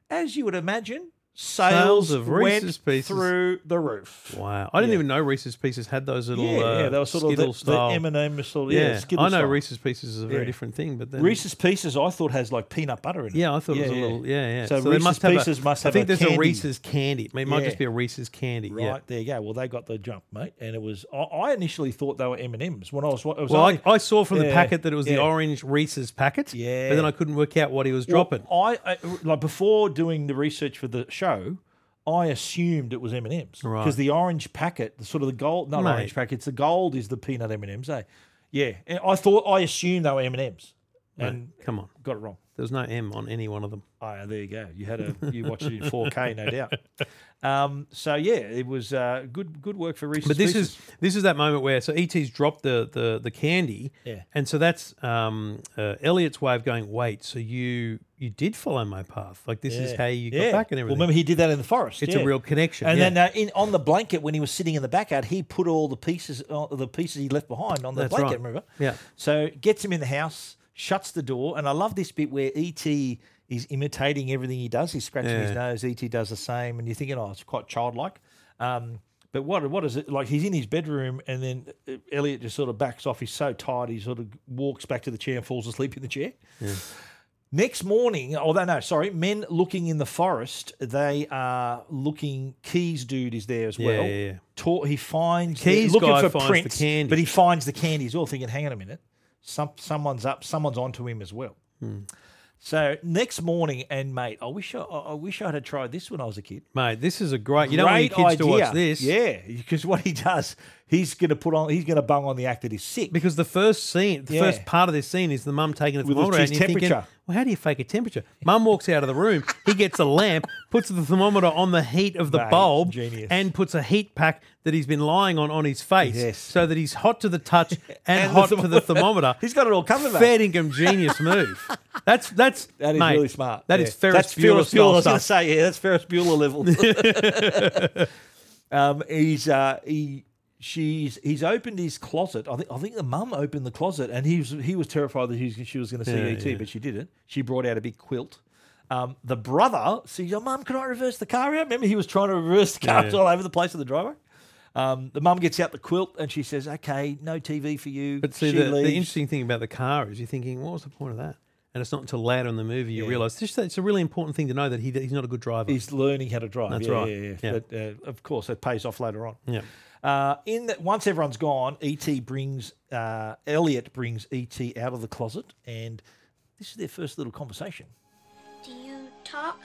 as you would imagine. Sales,
Sales of
went
Reese's Pieces.
through the roof.
Wow, I didn't even know Reese's Pieces had those little
Yeah,
uh,
yeah, they were sort of the,
Skittle
the
style.
M&M sort of,
yeah,
yeah, Skittle
I know
style.
Reese's Pieces is a very
Yeah.
different thing, but then
Reese's Pieces, I thought has like peanut butter in it.
Yeah, I thought it was a little. Yeah, yeah.
So,
they
Reese's
must have a-
Pieces must have.
I think
a
there's
candy.
a Reese's candy. It might just
Yeah.
be a Reese's candy.
Right
Yeah.
there, you go. Well, they got the jump, mate, and it was. I, I initially thought they were M and M's when I was. It was
Well,
only-
I, I saw from the
Yeah,
packet that it was
yeah.
the orange Reese's packet. But
Yeah.
then I couldn't work out what he was
Well, oh,
dropping.
I, I like before doing the research for the show. I assumed it was M and M's
Right.
because the orange packet, the sort of the gold, not
Mate.
orange packet, it's the gold is the peanut M and M's. Eh? Yeah, and I thought I assumed they were M and M's. and
Come on.
got it wrong.
There's no M on any one of them.
Ah, there you go. You had
<laughs>
a you watched it in 4K, no doubt. Um, so yeah, it was uh, good good work for research.
But this is this is that moment where so ET's dropped the the the candy,
Yeah.
and so that's um, uh, Elliot's way of going. Wait, so you you did follow my path? Like this is how you got back and everything.
Well, remember he did that in the forest.
It's a
yeah.
real connection,
And
yeah.
then uh, in on the blanket when he was sitting in the backyard, he put all the pieces uh, the pieces he left behind on the
That's
blanket.
right.
Remember?
Yeah.
So gets him in the house, shuts the door, and I love this bit where ET is imitating everything he does. He's scratching his
Yeah.
nose. ET does the same, and you're thinking, oh, it's quite childlike. Um, but what what is it like? He's in his bedroom, and then uh, Elliot just sort of backs off. He's so tired, he sort of walks back to the chair and falls asleep in the chair. Next morning, although no, sorry, men looking in the forest. They are looking. Keys dude is there as
Yeah,
well.
yeah, yeah.
Ta- he finds
Keys
looking
guy
for
finds the
prints,
candy.
but he finds the candy as well. Thinking, hang on a minute, some someone's up, someone's onto him as well.
Hmm.
So next morning, and mate, I wish I, I I wish I had tried this when I was a kid.
mate. This is a great. You don't want your kids to watch this,
yeah, <laughs> because what he does, he's gonna put on, he's gonna bung on the act that he's sick.
Because the first scene, the
Yeah.
first part of this scene is the mum taking a
With the
thermometer out,
cheese
and you're thinking,
temperature.
well, how do you fake a temperature? Mum walks out of the room, he gets a lamp, puts the thermometer on the heat of the
Mate,
bulb,
genius.
and puts a heat pack that he's been lying on on his face,
Yes.
so that he's hot to the touch and,
<laughs> And the
hot to the thermometer.
<laughs> He's got it all covered, mate.
Fair dinkum genius move. That's that's
That is
mate,
really smart.
That
yeah.
is Ferris
That's
Bueller, style
I was going to
stuff.
say, yeah, that's Ferris Bueller level.
<laughs>
um, he's uh, he she's he's opened his closet. I think I think the mum opened the closet, and he was he was terrified that he was, she was going to see
Yeah,
ET,
yeah.
but she didn't. She brought out a big quilt. Um, the brother says, "Your mum, can I reverse the car out?" Remember, he was trying to reverse the car
Yeah.
It's all over the place with the driver. Um, the mum gets out the quilt and she says, "Okay, no TV for you."
But see,
She
the, the
leaves.
interesting thing about the car is you're thinking, what was the point of that? And it's not until later in the movie you realise this. It's a really important thing to know that he he's not a good driver.
He's learning how to drive.
That's
yeah,
right.
Yeah, yeah.
Yeah.
But, uh, of course, it pays off later on.
Yeah.
Uh, in that, once everyone's gone, ET brings uh, Elliot brings ET out of the closet, and this is their first little conversation.
Do you talk?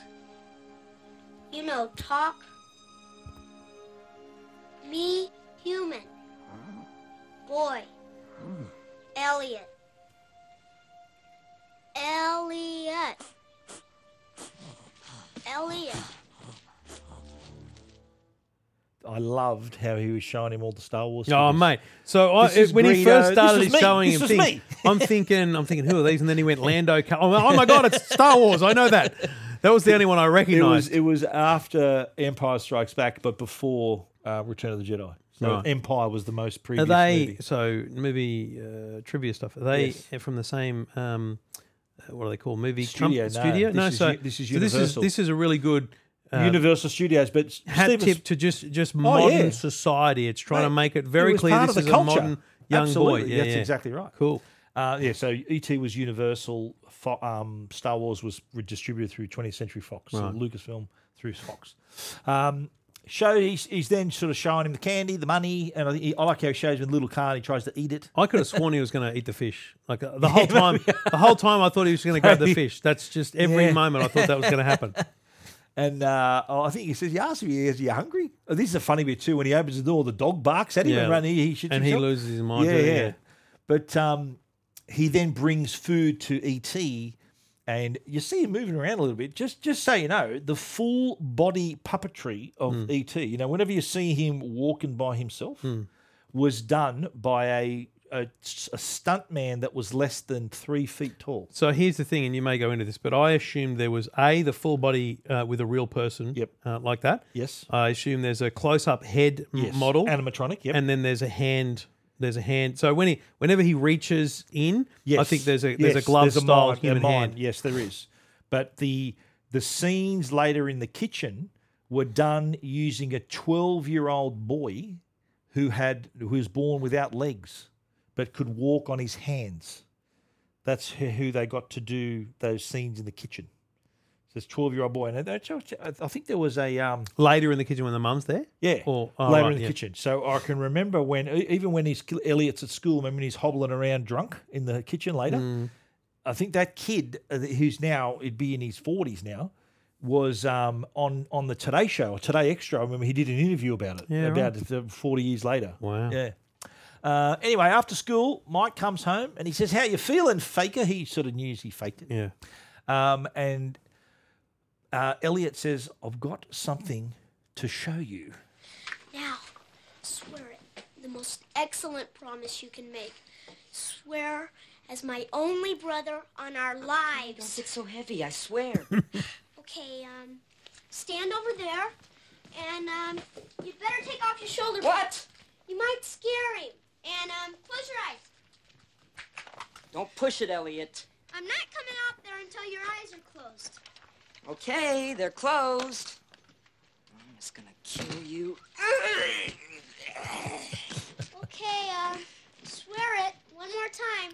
You know, talk. Me, human. Boy. Elliot. Elliot. Elliot.
I loved how he was showing him all the Star Wars.
Oh
figures.
mate! So I,
This is
when
Greedo.
he first
This
started
was me.
showing
This
him
was
things,
me.
I'm thinking, I'm thinking, who are these? And then he went Lando. Cal- oh, my- oh my god, it's Star Wars! I know that. That was the only one I
It was
recognised.
it was after Empire Strikes Back, but before uh, Return of the Jedi. So
Right.
Empire was the most
Are
previous
they
movie.
so movie uh, trivia stuff? Are they from the same? Um, uh, what are they called? Movie com-
Studio, no.
studio?
This
no,
is
so
u- this is
so This is
Universal.
this is a really good uh,
Universal Studios, but s-
hat
Steven
tip to just just modern
Oh, yeah.
society. It's trying to
Mate,
make it
it
very
was
clear
part
this
of
is
the
a
culture.
modern young boy.
Absolutely,
Yeah,
that's
yeah.
exactly right.
Cool.
Uh, yeah, so ET was Universal. Fo- um, Star Wars was re- distributed through 20th Century Fox, so Lucasfilm through Fox. Um, show he's, he's then sort of showing him the candy, the money, and I, think he, I like how he shows him the little car and he tries to eat it.
I could have sworn he was going to eat the fish. Like uh,
<laughs>
the whole time, the whole time I thought he was going to grab the fish. That's just every
Yeah.
moment I thought that was going
<laughs>
to happen.
And uh, oh, I think he says, "You asked me, are you hungry?" Oh, this is a funny bit too. When he opens the door, the dog barks at him
Yeah.
and run. He, he shits
And he
himself.
loses his mind,
Yeah,
doesn't
yeah.
he? Yeah.
But um, he then brings food to ET, and you see him moving around a little bit. Just, just so you know, the full body puppetry of
Hmm.
ET. You know, whenever you see him walking by himself, was done by a. A, a stunt man that was less than three feet tall.
So here's the thing, and you may go into this, but I assumed there was a the full body uh, with a real person,
Yep.
uh, like that.
Yes.
I assume there's a close up head m-
Yes.
model,
Animatronic, yep.
and then there's a hand. There's a hand. So when he, whenever he reaches in, I
Yes.
think there's a there's
Yes,
a glove style
mind- a
human
mind.
hand.
Yes, there is. But the the scenes later in the kitchen were done using a 12-year-old boy who had who was born without legs but could walk on his hands. That's who who they got to do those scenes in the kitchen. So this 12-year-old boy and that's- I think there was a um
Later in the kitchen when the mum's there,
yeah.
Or- oh,
later
right,
in the
yeah.
kitchen. So I can remember when, e- even when he's Elliot's at school, remember when he's hobbling around drunk in the kitchen later.
Mm.
I think that kid uh, who's now, it'd be in his 40s now, was um, on on the Today Show or Today Extra. I remember he did an interview about it
Yeah,
about it, uh, 40 years later.
Wow.
Yeah. Uh, anyway, after school, Mike comes home and he says, "How you feeling, faker?" He sort of knew he faked it.
Yeah.
Um, and uh, Elliot says, "I've got something to show you."
Now, swear it. The most excellent promise you can make. Swear as my only brother on our
Don't
lives.
get so heavy, I swear.
Okay, um, stand over there, and, um, you'd better take off your shoulder
What?
You might scare him. And, um, close your eyes.
Don't push it, Elliot.
I'm not coming out there until your eyes are closed.
Okay, they're closed. I'm just gonna kill you.
Okay, um, swear it one more time.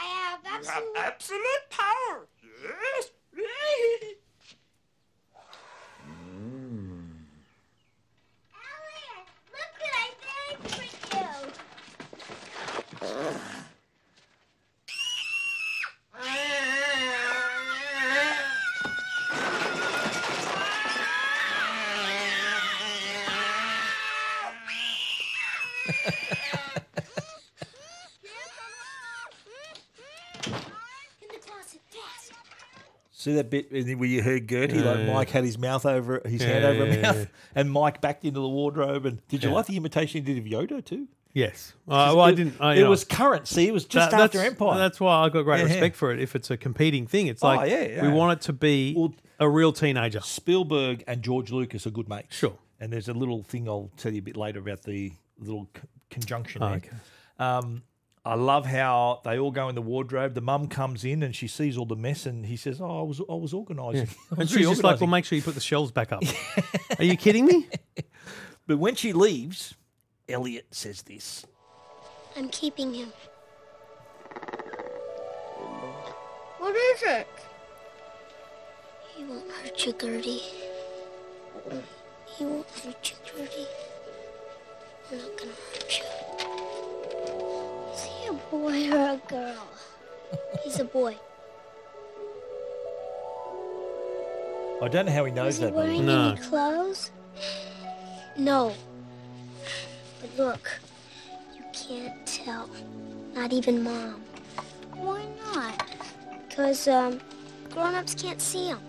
I have absolute...
absolute power. Yes. <laughs>
Elliot, look what I made for you. <laughs> In the closet, fast.
See that bit where you heard Gertie, like Mike had his mouth over his hand
Yeah,
over her
yeah, yeah,
mouth,
yeah.
<laughs> and Mike backed into the wardrobe. And did you
Yeah.
like the imitation he did of Yoda too?
Yes. Uh, well, I
It-
didn't. I,
it
uh,
was current. See, it was just
that-
after
that's-
Empire.
That's why I got great
Yeah, yeah.
respect for it. If it's a competing thing, it's
Oh,
like
yeah, yeah.
we want it to be
Well-
a real teenager.
Spielberg and George Lucas are good mates.
Sure.
And there's a little thing I'll tell you a bit later about the little c- conjunction. there.
Ah, okay.
Um, I love how they all go in the wardrobe. The mum comes in and she sees all the mess, and he says, "Oh, I was I was organising." <laughs> I was
And she's just like,
reorganising."
well, make sure you put the shelves
<laughs>
back up. Are you kidding <laughs> me?
but when she leaves, Elliot says this.
I'm keeping him. What is it? He won't hurt you, Gertie. He won't hurt you, Gertie. I'm not gonna hurt you. Is he a boy or a girl? He's a boy.
I don't know how he knows
Is he
that. but he-
wearing
No.
any clothes? No. But look, you can't tell. Not even mom. Why not? Because, um, grown ups can't see him.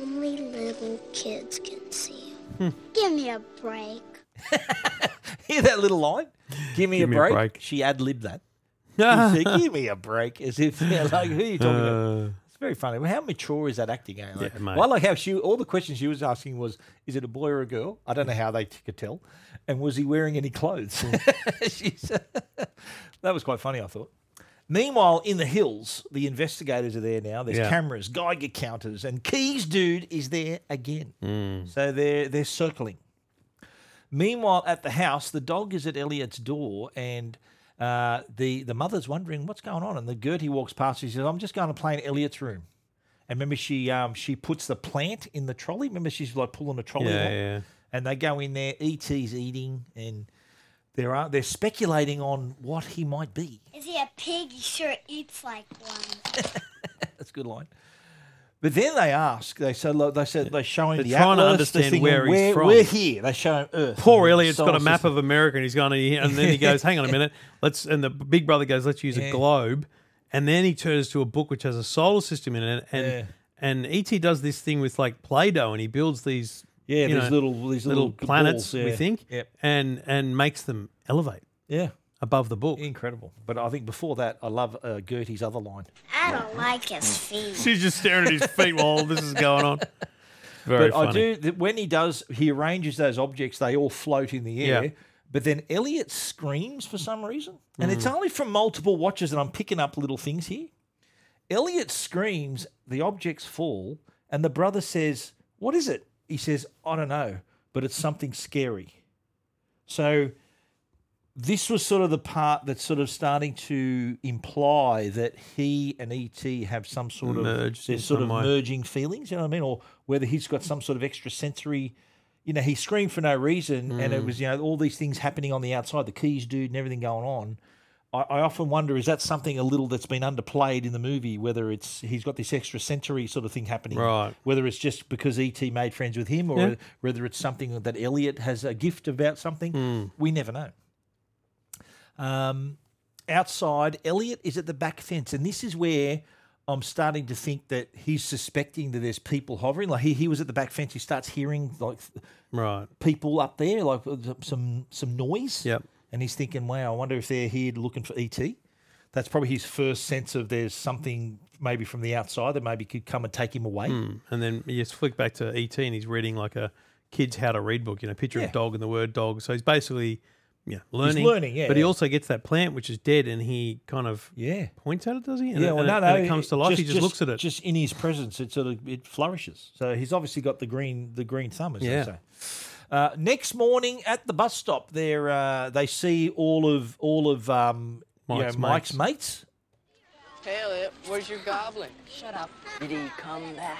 Only little kids can see him. Give me a break.
Hear that little line? Give me, a,
me a
break.
break.
She ad libbed that. <laughs> She said, Give me a break, as if <laughs> yeah, like who are you talking to? It's very funny. Well, how mature is that acting? Eh? Like,
Uh. Yeah, mate.
well, I like how she all the questions she was asking was, is it a boy or a girl? I don't know how they t- could tell, and was he wearing any clothes?
Hmm.
<laughs> She's, <laughs> that was quite funny, I thought. Meanwhile, in the hills, the investigators are there now. There's
Yeah.
cameras, Geiger counters, and Keys dude is there again.
Hmm.
So they're they're circling. Meanwhile, at the house, the dog is at Elliot's door, and uh, the the mother's wondering what's going on. And the Gertie walks past. She says, "I'm just going to play in Elliot's room." And remember, she um, she puts the plant in the trolley. Remember, she's like pulling a trolley.
Yeah,
along?
yeah.
And they go in there. Et's eating, and there are they're speculating on what he might be.
Is he a pig? He sure eats like one.
That's a good line. But then they ask. They said. Like, they said. They show him
They're
the
trying to
atlas, the
understand
thing,
where
and
he's
we're,
from.
We're here. They show him Earth.
Poor
and the
Elliot's got
solar
a map
system.
of America, and he's going to, and then he goes, "Hang on
<laughs>
a minute, let's." And the big brother goes, "Let's use a globe," and then he turns to a book which has a solar system in it, and
Yeah.
and ET does this thing with like Play-Doh, and he builds these,
Yeah,
you
these
know,
little- these little balls,
planets, we
yeah.
think,
Yep.
and and makes them elevate
yeah.
above the book.
Incredible. But I think before that, I love uh, Gertie's other line.
I don't like his feet.
She's just staring at his feet while all this is
<laughs>
going on. Very
but
funny.
I do, th- when he does, he arranges those objects, they all float in the air.
Yeah.
But then Elliot screams for some reason. And it's
Mm.
only from multiple watches that I'm picking up little things here. Elliot screams, the objects fall, and the brother says, What is it? He says, I don't know, but it's something scary. So this was sort of the part that's sort of starting to imply that he and ET have some sort of
Merged
they're
in
sort
some
of
way.
merging feelings, you know what I mean? Or whether he's got some sort of extrasensory you know, he screamed for no reason and
Mm.
it was, you know, all these things happening on the outside, the keys dude and everything going on. I, I often wonder is that something a little that's been underplayed in the movie, whether it's he's got this extrasensory sort of thing happening.
Right.
Whether it's just because E. T. made friends with him or
Yeah. Hmm.
whether it's something that Elliot has a gift about something. We never know. Um, outside, Elliot is at the back fence, and this is where I'm starting to think that he's suspecting that there's people hovering. Like he, he was at the back fence, he starts hearing like
right
people up there, like uh, some some noise.
Yep.
And he's thinking, wow, I wonder if they're here looking for ET. That's probably his first sense of there's something maybe from the outside that maybe could come and take him away.
Hmm. And then you just flick back to ET and he's reading like a kid's how to read book, you know, picture
Yeah.
of dog and the word dog. So he's basically, yeah, learning.
learning, yeah,
But he
yeah.
also gets that plant which is dead and he kind of
yeah
points at it, does he? And
yeah,
it,
well,
and
no,
it-
no,
and it comes to life. he just, looks at it. <laughs>
Just in his presence, it sort of it flourishes. So he's obviously got the green the green thumb, as
Yeah.
they say. Uh, next morning at the bus stop, there uh, they see all of all of um, you know,
Mike's
Mike's mates.
Hey, Elliot, where's your goblin? Shut up. Did he come back?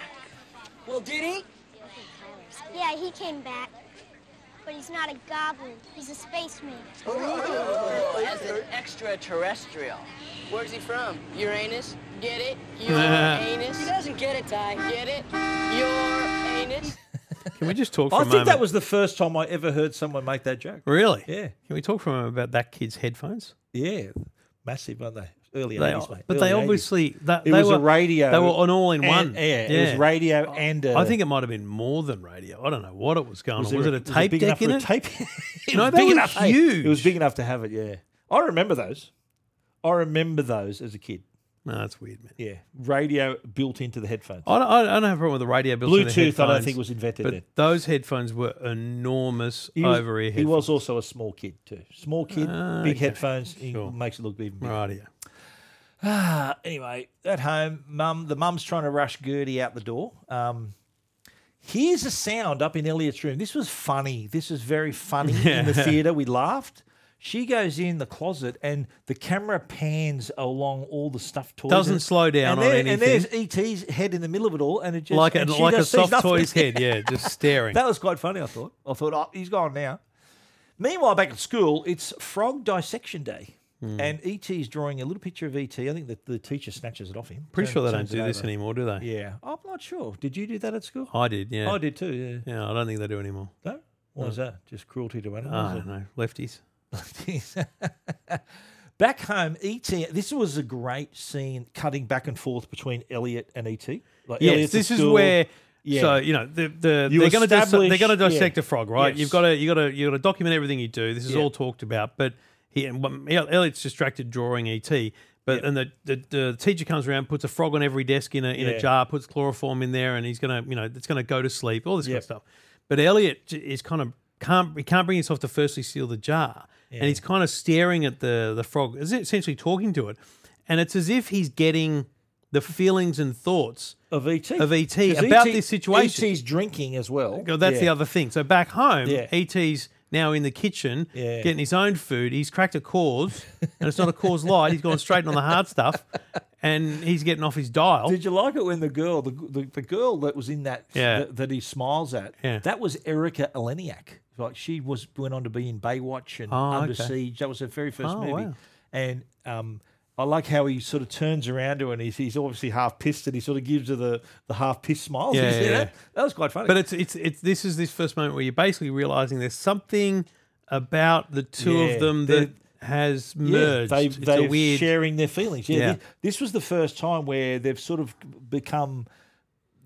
Well, did he?
Yeah, he came back. But he's not a goblin. He's a spaceman.
As an extraterrestrial. Where's he from? Uranus? Get it? Your
<laughs>
anus? He doesn't get it, Ty. Get it? Your anus?
Can we just talk for
I
a
think
moment?
that was the first time I ever heard someone make that joke.
Really?
Yeah.
Can we talk for a moment about that kid's headphones?
Yeah, massive, aren't they? Early
They
80s,
are-
mate.
but
Early
they
80s.
obviously- that-
it
they
was a
were-
radio.
they were on all in
and-
one.
Yeah, it
Yeah.
was radio and. Uh,
I think it might have been more than radio. I don't know what it was going
Was
on. Was
there
it
a-
a
was it
tape
big enough
deck in
for a
it?
tape? <laughs> it
no,
was
that
big
was
enough. hey.
huge.
It was big enough to have it. Yeah, I remember those. I remember those as a kid.
No, that's weird, man.
Yeah, radio built into the headphones.
I don't, I don't have a problem with the radio built in the
Bluetooth, I don't
headphones,
think was invented
but
then.
Those headphones were enormous
He was,
over ear
he
headphones.
was also a small kid too. Small kid,
Ah,
big
okay.
headphones. he
Sure.
makes it look even bigger.
Right, yeah.
Ah, anyway, at home, mum, the mum's trying to rush Gertie out the door. Um, here's a sound up in Elliot's room. This was funny. This was very funny in the
<laughs> Yeah.
theatre. We laughed. She goes in the closet and the camera pans along all the stuffed toys.
Doesn't
And-
slow down
and
on
there-
anything.
And there's ET's head in the middle of it all, and it just
like a,
and she
like a
just sees
soft
nothing.
toy's head, yeah,
<laughs>
just staring.
That was quite funny, I thought. I thought, oh, he's gone now. Meanwhile, back at school, it's frog dissection day.
Hmm.
And ET is drawing a little picture of ET. I think that the teacher snatches it off him.
Pretty
Turn-
sure they don't
turns it
do this
over.
anymore, do they?
Yeah. I'm not sure. Did you do that at school?
I did, yeah.
I did too, yeah.
Yeah, I don't think they do anymore.
No? What was that? Just cruelty to animals?
I
or-
don't know. Lefties.
<laughs> Back home, ET. This was a great scene, cutting back and forth between Elliot and ET. Like
yes,
Elliot's at
this is
school.
where.
Yeah.
So you know the, the
You
they're going to they're going to
establish- yeah.
dissect a frog, right?
Yes.
You've got to you got to you got to document everything you do. This is
Yeah.
all talked about, but he and what- Elliot's distracted drawing ET. But and the, the the teacher comes around, puts a frog on every desk in a in
Yeah.
a jar, puts chloroform in there, and he's going to you know it's going to go to sleep, all this kind
Yep.
of stuff. But Elliot j- is kind of can't he can't bring himself to firstly seal the jar, and
Yeah.
he's kind of staring at the the frog, is essentially talking to it, and it's as if he's getting the feelings and thoughts
of ET
of ET
'Cause E
about
ET
this situation.
ET's drinking as well.
Well, that's the
Yeah.
other thing. So back home,
Yeah.
ET's now in the kitchen
Yeah.
getting his own food. He's cracked a cause, and it's not a cause light. He's gone straight on the hard stuff, and he's getting off his dial.
Did you like it when the girl, the, the, the girl that was in that,
Yeah.
that that he smiles at,
Yeah.
that was Erica Eleniak. Like she was went on to be in Baywatch and
Oh,
Under
okay.
Siege. That was her very first
Oh,
movie.
wow.
And um, I like how he sort of turns around to her and he's, he's obviously half pissed and he sort of gives her the, the half pissed <laughs> smile.
Yeah,
You see
yeah,
That?
yeah.
that was quite funny.
But it's it's it's this is this first moment where you're basically realizing there's something about the two
Yeah,
of them
they're-
that has
Yeah,
merged.
they,
it's
they're
a weird.
sharing their feelings. Yeah, thi-
Yeah.
This, was the first time where they've sort of become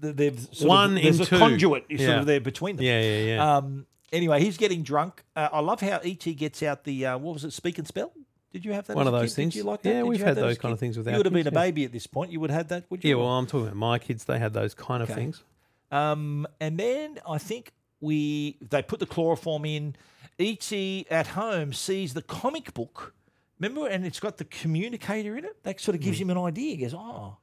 th- they've sort
One
of, there's
in
a
two.
conduit is sort
Yeah.
of there between them.
Yeah, yeah, yeah.
Um, anyway, he's getting drunk. Uh, I love how ET gets out the uh, what was it, speak and spell. Did you have that?
One
as a
of
kid?
those
Did you
things.
like that?
Yeah,
Did you
we've
have
had
that
those
as a
kind of
kid?
things with
You
our
would have been
kids,
a
yeah.
baby at this point. You would have had that. Would you?
yeah, well, I'm talking about my kids. They had those kind of
Okay.
things.
Um, and then I think we they put the chloroform in. ET at home sees the comic book. Remember, and it's got the communicator in it. That sort of gives him an idea. He goes, "Oh,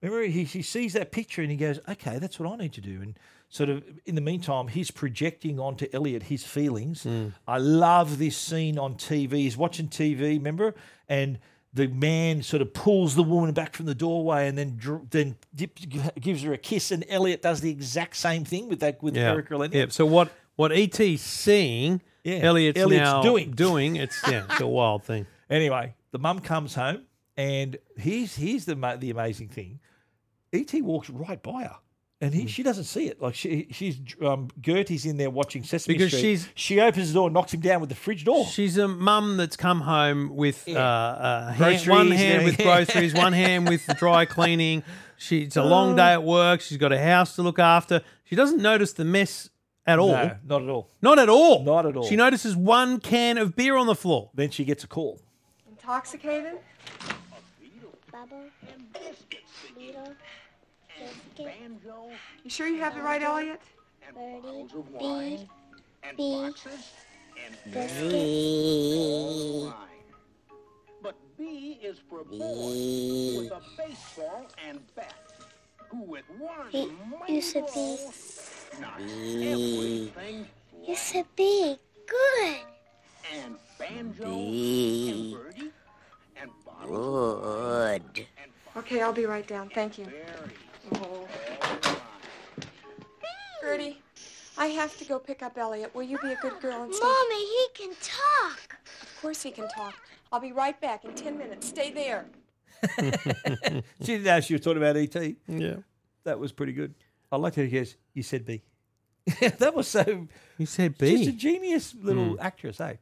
remember." He, he sees that picture and he goes, "Okay, that's what I need to do." And sort of in the meantime, he's projecting onto Elliot his feelings.
Mm.
I love this scene on TV. He's watching TV. Remember, and the man sort of pulls the woman back from the doorway and then dr- then dips, gives her a kiss. And Elliot does the exact same thing with that with
Yeah.
Erica Lenny.
yeah. So what what ET's seeing,
Yeah.
Elliot's,
Elliot's
now
doing.
doing. It's yeah, it's a wild thing.
Anyway, the mum comes home, and here's here's the ma- the amazing thing: ET walks E right by her, And
Hmm.
he, she doesn't see it. Like she, she's um, Gertie's in there watching Sesame
Because
Street.
she's-
she opens the door, and knocks him down with the fridge door.
She's a mum that's come home with uh, uh, hand,
Groceries
one
and
hand with
everything.
groceries, one hand with
<laughs>
the dry cleaning. She, it's a
Oh.
long day at work. She's got a house to look after. She doesn't notice the mess at all.
No, not at all.
Not at all. Not
at all.
She notices one can of beer on the floor.
Then she gets a call.
Intoxicated?
Bubble. Beetle. Biscuit.
You sure you have it right, Elliot?
Birdie. Bee. Bee.
Biscuit. But B is for boy with a baseball and bat, who with
It
one mighty
used to
blow
be.
knocks everything
Used to be. Good.
and banjo and
Bee.
birdie and
Good. Okay, I'll be right down. Thank you. Oh. Gertie, I have to go pick up Elliot. Will you be a good girl and stay?
Mommy, he can talk.
Of course he can talk. I'll be right back in ten minutes. Stay there.
Hmm.
She didn't know she was talking about ET.
Yeah.
That was pretty good. I liked how he goes, You said B. <laughs> that was so.
You said B. Hmm.
She's a genius little actress, eh?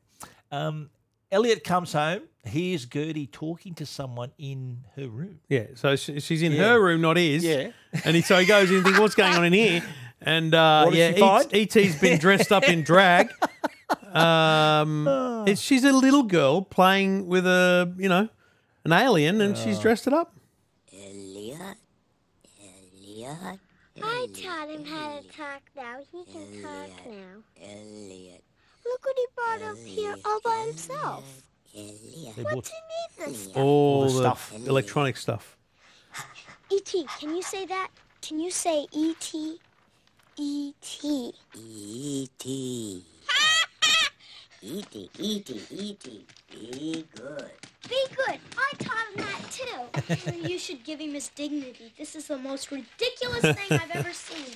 Um, Elliot comes home, hears Gertie talking to someone in her room.
Yeah, so she, she's in
Yeah.
her room, not his.
Yeah.
and he, so he goes in and thinks, "What's going on in here?" And uh,
What did she
yeah,
find?
E.T. has been dressed up in drag.
<laughs>
Um, it's, she's a little girl playing with a you know an alien, and she's
Oh.
dressed it up.
Elliot. Elliot.
I taught him how to talk now. He can talk now.
Elliot.
Look what he brought up here all by himself.
They
What
bought
do you need this stuff?
all the stuff, electronic stuff.
E.T., E can you say that? Can you say E E.T.? E.T.
E <laughs> E.T. E.T. E.T. E.T. E Be good.
Be good. I taught him that too. you should give him his dignity. This is the most ridiculous thing I've ever seen.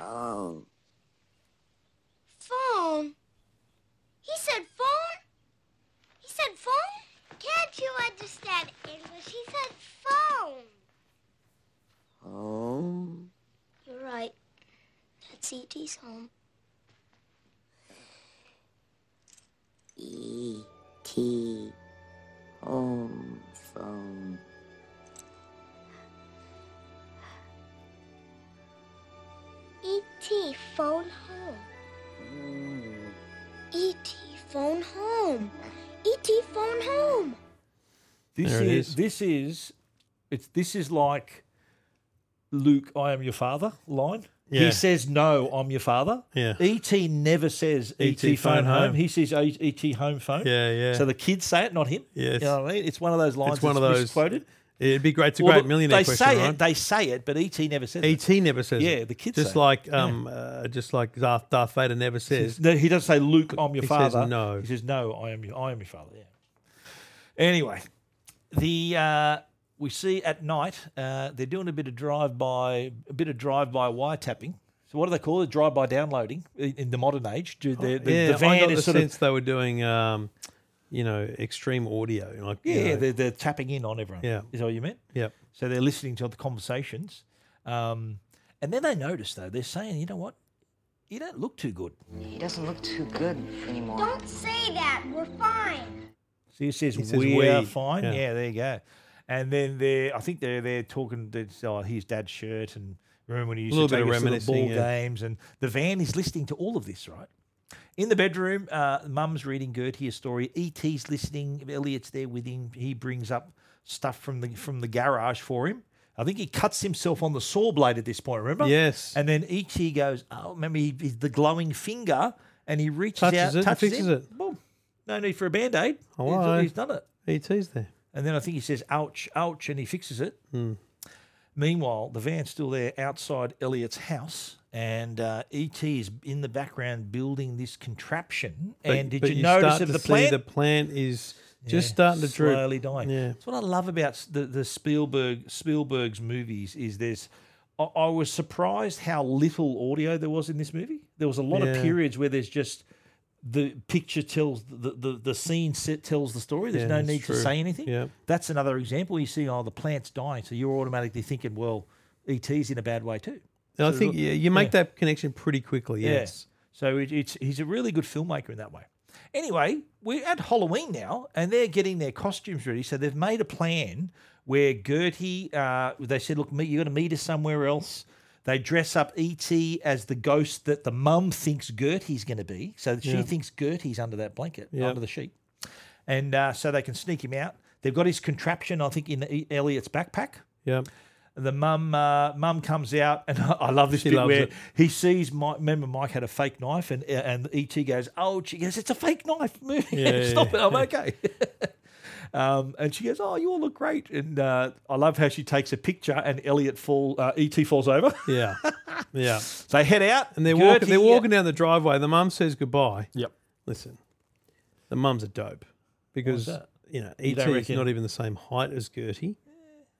Oh.
Phone? He said phone? He said phone? Can't you understand English? He said phone.
Home.
You're right. That's E.T.'s home.
E.T. E Home phone.
E.T. E phone home. E.T. phone home. E.T. phone home.
This
There
is
it
This is. It's this is like Luke, I am your father line.
Yeah.
He says, No, I'm your father.
Yeah.
ET never says ET,
E.T.
phone,
phone
home.
home.
He says "E- ET home phone.
Yeah, yeah.
So the kids say it, not him.
Yeah,
You
it's-
know what I mean? It's one of those lines
it's one of
that's
those
misquoted.
It'd be great. It's a
Well,
great
but
millionaire
they
question,
say
right? E
it, they say it, but ET never says it.
E.T. never says
Yeah,
it.
the kids
Just
say it.
like
Yeah.
um, uh, just like Darth, Darth Vader never says.
No, he doesn't say Luke, I'm your
He says
father.
no.
He says no, I am your I am your father. Yeah. Anyway, the uh, we see at night uh, they're doing a bit of drive by a bit of drive by wiretapping. So what do they call it? Drive by downloading in, in the modern age. Do the, the,
yeah,
the van
I got
is
the
sort
sense
of
they were doing, um, you know, extreme audio. Like, you
yeah, yeah,
know,
they're, they're tapping in on everyone.
Yeah.
is that what you meant?
Yep.
So they're listening to the conversations, um, and then they notice though they're saying, you know what, you don't look too good.
He doesn't look too good anymore.
Don't say that. We're fine.
So he says,
He says
we're
we,
fine.
yeah.
Yeah. there you go. And then they're, I think they're they're talking. They're, oh, his dad's shirt, and remember when he used
Little
to
bit
take
of
us to the ball
reminiscing, yeah.
games, and the van is listening to all of this, right? In the bedroom, uh, Mum's reading Gertie a story. E.T.'s listening. Elliot's there with him. He brings up stuff from the from the garage for him. I think he cuts himself on the saw blade at this point. Remember?
Yes.
And then E.T. goes, "Oh, remember he, he- the glowing finger?" And he reaches
Touches
out,
it and
touches
fixes
him.
it.
Boom. No need for a band aid.
Hello.
He's, he's done it.
E.T.'s E there.
And then I think he says, ouch, ouch, and he fixes it.
Hmm.
Meanwhile, the van's still there outside Elliot's house, and uh, ET is in the background building this contraption.
But-
and did
but
you, notice
start
that
to
the
see
plant
The plant is just
Yeah,
starting to droop.
slowly dying?
Yeah.
That's what I love about s- the, the Spielberg Spielberg's movies is there's. I, I was surprised how little audio there was in this movie. There was a lot
Yeah.
of periods where there's just the picture tells the the, the scene set tells the story. There's
Yeah,
no
that's
need
true.
to say anything.
Yep.
That's another example. You see, oh, the plant's dying, so you're automatically thinking, well, ET's in a bad way too.
I
So-
think yeah, you make that connection pretty quickly.
Yeah.
Yes.
So it, it's he's a really good filmmaker in that way. Anyway, we're at Halloween now, and they're getting their costumes ready. So they've made a plan where Gertie, uh, they said, "Look, meet, you got to meet us somewhere else." They dress up ET as the ghost that the mum thinks Gertie's going to be. So she
Yeah.
thinks Gertie's under that blanket,
Yeah.
under the sheet, and uh, so they can sneak him out. They've got his contraption, I think, in E- Elliot's backpack.
Yeah.
The mum uh, mum comes out, and <laughs> I love this
She
bit
loves
where
it.
he sees Mike. Remember, Mike had a fake knife, and uh, and ET goes, "Oh," she goes, "It's a fake knife. <laughs> Move it.
Yeah,
Stop
yeah.
it. I'm okay." <laughs> um, and she goes, "Oh, you all look great." And uh, I love how she takes a picture, and Elliot fall uh, ET falls over. <laughs>
Yeah. Yeah.
so they head out,
And they're walking. They're walking down the driveway. The mum says goodbye.
Yep.
Listen, the mum's a dope because
that?
you know
You
ET
don't
is
reckon-
not even the same height as Gertie.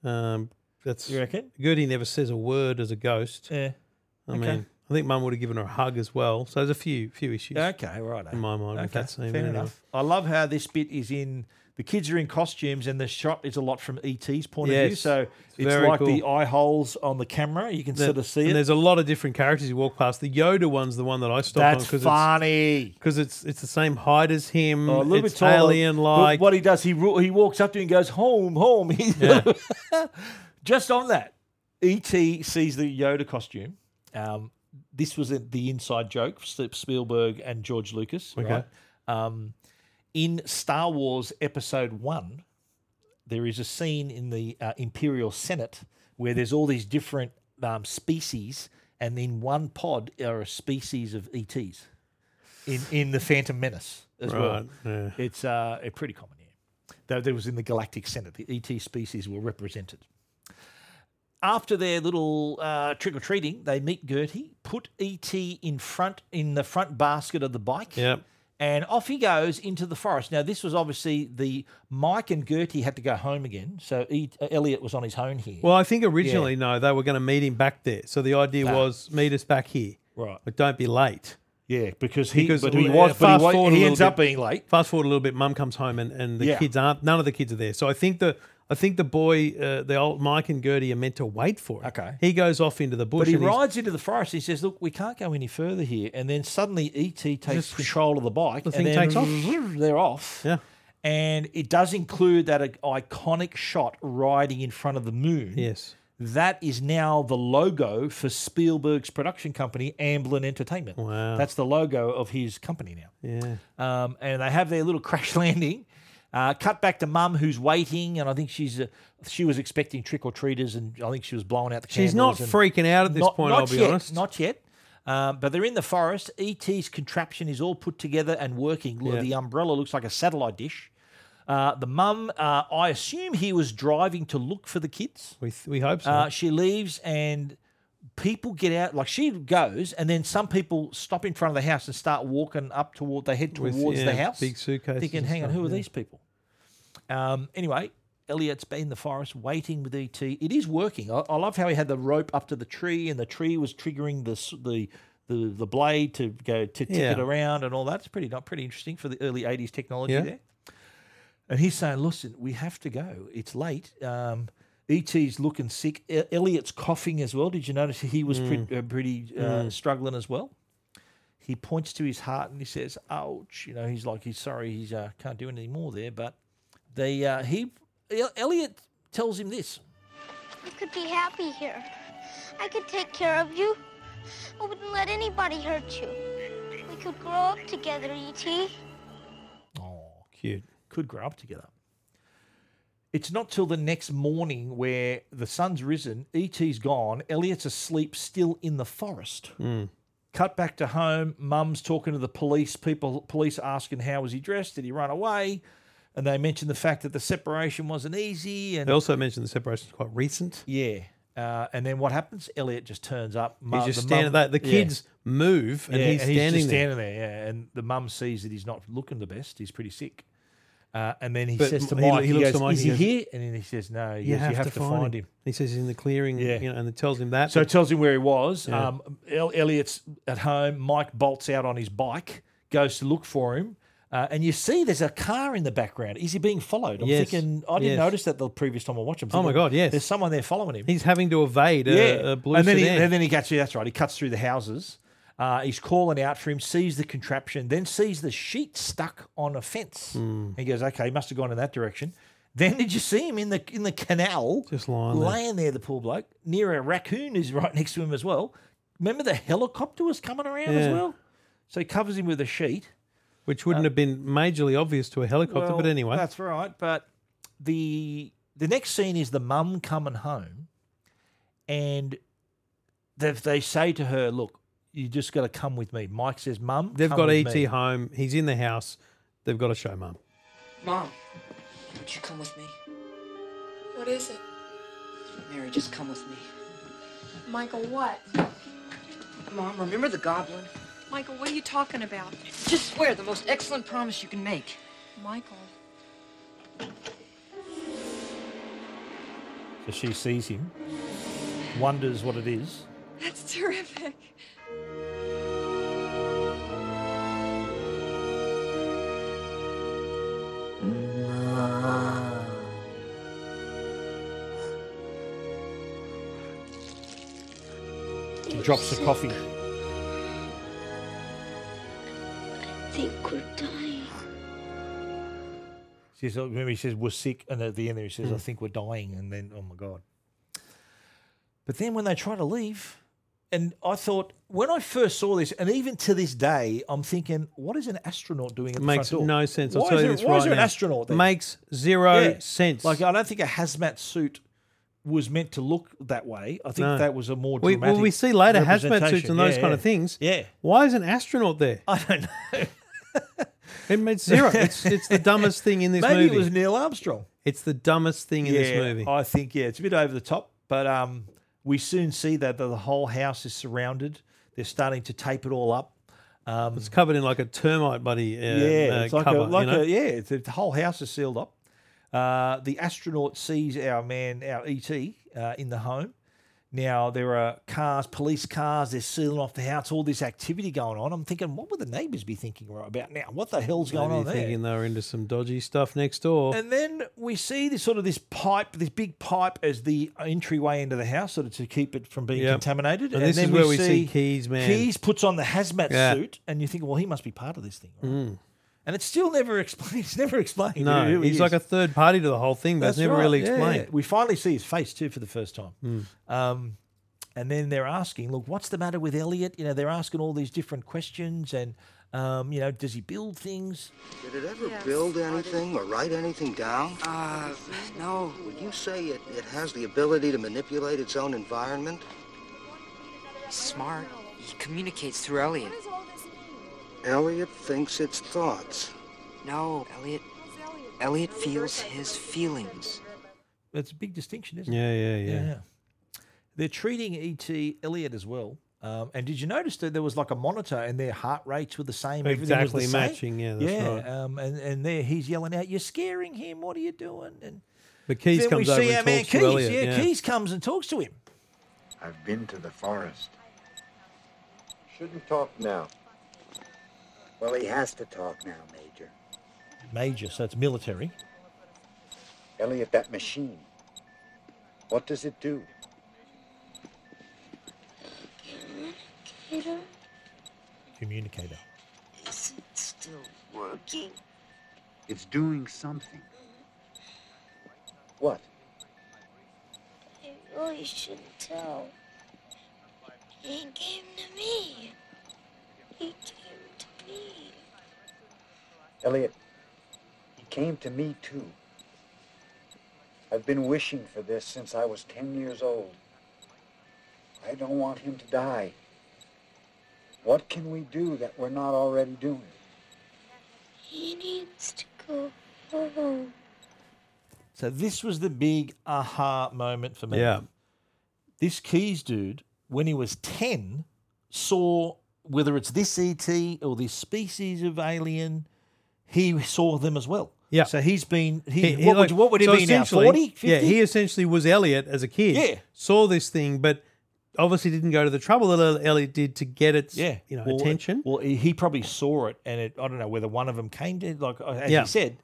Um, that's
You reckon?
Gertie never says a word as a ghost.
Yeah.
I
Okay.
mean, I think Mum would have given her a hug as well. So there's a few few issues.
Okay, right.
In my mind, with that scene.
fair
anyway.
enough. I love how this bit is in. The kids are in costumes, and the shot is a lot from ET's point of view.
Yes.
So
It's
it's
very
like the
cool.
eye holes on the camera. You can
The-
sort of see
and
it.
There's a lot of different characters you walk past. The Yoda one's the one that I stopped
That's
on because
funny.
Because it's, it's the same height as him.
Oh, a little
it's
bit taller.
alien like.
But What he does, he ru- he walks up to you and goes, "Home, home." <laughs> He's- Just on that, ET sees the Yoda costume. Um, this was a, the inside joke, St- Spielberg and George Lucas.
Okay.
Right? Um, in Star Wars Episode One, there is a scene in the uh, Imperial Senate where there's all these different um, species, and in one pod are a species of ETs in in the Phantom Menace as well.
Right, yeah.
It's uh, a pretty common here, though. There was in the Galactic Senate, the ET species were represented. After their little uh, trick or treating, they meet Gertie, put ET in front in the front basket of the bike.
Yep.
And off he goes into the forest. Now, this was obviously the Mike and Gertie had to go home again, so e, Elliot was on his own here.
Well, I think
Yeah.
originally, no, they were going to meet him back there. So the idea
Ah.
was meet us back here.
Right.
But don't be late.
Yeah, because he-
because
but he
uh,
was- but he
fast
wa-
forward a
he
little
ends up
bit-
being late.
Fast forward a little bit. Mum comes home and, and the
Yeah.
kids aren't. None of the kids are there. So I think the I think the boy, uh, the old Mike and Gertie, are meant to wait for him.
Okay.
He goes off into the bush.
But he
and he's-
rides into the forest. He says, "Look, we can't go any further here." And then suddenly, ET takes control of the bike.
The
and
thing
then
takes off.
They're off.
Yeah.
And it does include that iconic shot riding in front of the moon.
Yes.
That is now the logo for Spielberg's production company, Amblin Entertainment.
Wow.
That's the logo of his company now.
yeah.
Um, and they have their little <laughs> crash landing. Uh, cut back to mum who's waiting, and I think she's uh, she was expecting trick or treaters, and I think she was blowing out the.
She's not
candles and-
freaking out at this point, I'll be
yet,
honest.
Not yet. Um, but they're in the forest. ET's contraption is all put together and working. Look,
Yeah.
The umbrella looks like a satellite dish. Uh, the mum, uh, I assume he was driving to look for the kids.
We th- we hope so.
Uh, she leaves and people get out. Like she goes, and then some people stop in front of the house and start walking up toward. They head
With,
towards the
yeah,
house,
big suitcases
thinking,
and
"Hang on,
stuff,
who are
yeah.
these people?" Um, anyway, Elliot's been in the forest waiting with ET. It is working. I, I love how he had the rope up to the tree, and the tree was triggering the s- the the, the blade to go to tick
Yeah.
it around and all that. It's pretty not pretty interesting for the early '80s technology
Yeah.
there. And he's saying, "Listen, we have to go. It's late. Um, ET's looking sick. E- Elliot's coughing as well. Did you notice he was
Mm.
pre- uh, pretty uh,
Mm.
struggling as well?" He points to his heart and he says, "Ouch!" You know, he's like, "He's sorry. He's uh, can't do anything more there." But they uh, he El- Elliot tells him this.
You could be happy here. I could take care of you. I wouldn't let anybody hurt you. We could grow up together, E E.T.
Cute.
could grow up together. It's not till the next morning where the sun's risen, ET's gone, Elliot's asleep still in the forest.
Mm.
Cut back to home, mum's talking to the police, people police asking how was he dressed, did he run away? And they mention the fact that the separation wasn't easy and
They also mentioned the separation's quite recent.
yeah. Uh, and then what happens? Elliot just turns up.
He's
Mum-
just
the
standing
mum-
there. The
yeah.
kids move, and
Yeah,
he's standing
just
there.
standing there. Yeah, and the mum sees that he's not looking the best. He's pretty sick. Uh, and then he
But
says to
he lo-
Mike,
he
he,
looks
goes,
to Mike,
"Is
he
he
goes,
here?" And then he says, "No." He goes, "You have to find him."
He says he's in the clearing,
Yeah.
you know, and it tells him that.
So
but-
it tells him where he was.
Yeah.
Um, El- Elliot's at home. Mike bolts out on his bike, goes to look for him. Uh, and you see there's a car in the background. Is he being followed? I'm
Yes.
thinking, I didn't
Yes.
notice that the previous time I watched him.
Oh my
Thinking,
God, yes.
There's someone there following him.
He's having to evade a, a blue
and then
sedan.
He, and then he cuts through, that's right, he cuts through the houses. Uh, he's calling out for him, sees the contraption, then sees the sheet stuck on a fence.
Hmm.
He goes, okay, he must have gone in that direction. Then <laughs> did you see him in the in the canal,
Just lying there.
laying there, the poor bloke, near a raccoon who's right next to him as well. Remember the helicopter was coming around as
Yeah.
well? So he covers him with a sheet.
which wouldn't have been majorly obvious to a helicopter, but
uh, Well,
anyway.
that's right. But the the next scene is the mum coming home, and they they say to her, "Look, you just got to come with me." Mike says, "Mum,
They've
come
got E
with
ET
me."
home. He's in the house. They've got to show mum.
Mom, won't you come with me?
What is it?
Mary, just come with me.
Michael, what?
Mom, remember the goblin?
Michael, what are you talking about?
Just swear the most excellent promise you can make.
Michael.
So she sees him, wonders what it is.
That's terrific.
He drops the coffee.
I think we're dying.
She says, remember, he says, we're sick. And at the end there, he says, I
Mm.
think we're dying. And then, oh my God. But then when they try to leave, and I thought, when I first saw this, and even to this day, I'm thinking, what is an astronaut doing at the
Makes
front door?
no sense. I'll
Why
tell
is
you
there,
this
why
right
is there an
now.
astronaut there?
Makes zero
Yeah.
sense.
Like, I don't think a hazmat suit was meant to look that way. I think
No.
that was a more
We-
dramatic
well, we see later hazmat suits
representation.
and those
Yeah,
kind
yeah.
of things.
Yeah.
Why is an astronaut there?
<laughs> I don't know.
It
<laughs>
made zero. it's, it's the dumbest thing in this
Maybe
movie.
it was Neil Armstrong.
it's the dumbest thing in this
Yeah,
movie.
I think yeah, it's a bit over the top, but um, we soon see that the, the whole house is surrounded. They're starting to tape it all up. Um,
It's covered in like a termite buddy. Uh,
yeah,
uh,
it's like
cover,
a, like
you know?
a, yeah, it's, the whole house is sealed up. Uh, the astronaut sees our man, our ET, uh, in the home. Now there are cars, police cars. They're sealing off the house. All this activity going on. I'm thinking, what would the neighbours be thinking right about now? What the hell's going
Maybe
on there?
thinking they were into some dodgy stuff next door.
And then we see this sort of this pipe, this big pipe as the entryway into the house, sort of to keep it from being
Yep.
contaminated.
And this
then
is where we see Keys, man.
Keys puts on the hazmat
Yeah. Mm.
suit, and you think, well, he must be part of this thing. right? And it's still never <laughs> explained. It's never explained.
no,
who he
he's
is.
like a third party to the whole thing, but it's never
right,
really
yeah,
explained.
yeah. We finally see his face too for the first time.
Mm.
Um, and then they're asking, look, what's the matter with Elliot? You know, they're asking all these different questions, and um, you know, does he build things?
Did it ever
Yes.
build anything or write anything down?
Uh, no.
Would you say it, it has the ability to manipulate its own environment?
He's smart. He communicates through Elliot.
Elliot thinks its thoughts.
No, Elliot. Elliot feels his feelings.
That's a big distinction, isn't
Yeah,
it?
yeah, yeah.
They're treating E.T. Elliot as well. Um, and did you notice that there was like a monitor and their heart rates were the same? everything was the
Exactly
same?
matching, yeah, that's
yeah,
right.
Um, and, and there he's yelling out, You're scaring him. What are you doing? And
But Keys
then
comes
we
over
see
and
our man
talks to
Keys.
Elliot,
yeah,
yeah.
Keys comes and talks to him.
I've been to the forest.
Shouldn't talk now. Well, he has to talk now, Major.
Major, so it's military.
Elliot, that machine. What does it do?
Peter
Communicator.
isn't still working.
It's doing something. What?
I really shouldn't tell. He came to me. He came to me.
Elliot, he came to me too. I've been wishing for this since I was 10 years old. I don't want him to die. What can we do that we're not already doing?
He needs to go home.
So this was the big aha moment for me.
Yeah.
This Keys dude, when he was 10, saw whether it's this ET or this species of alien, he saw them as well.
Yeah.
So he's been, he,
He- he
what,
like-
would, what would he
so
be now?
essentially-
40? 50?
Yeah, he essentially was Elliot as a kid.
Yeah.
Saw this thing, but obviously didn't go to the trouble that little Elliot did to get its
yeah,
you know
Well,
attention.
Well, he he probably saw it, and it, I don't know whether one of them came to like uh, as
Yeah.
he said.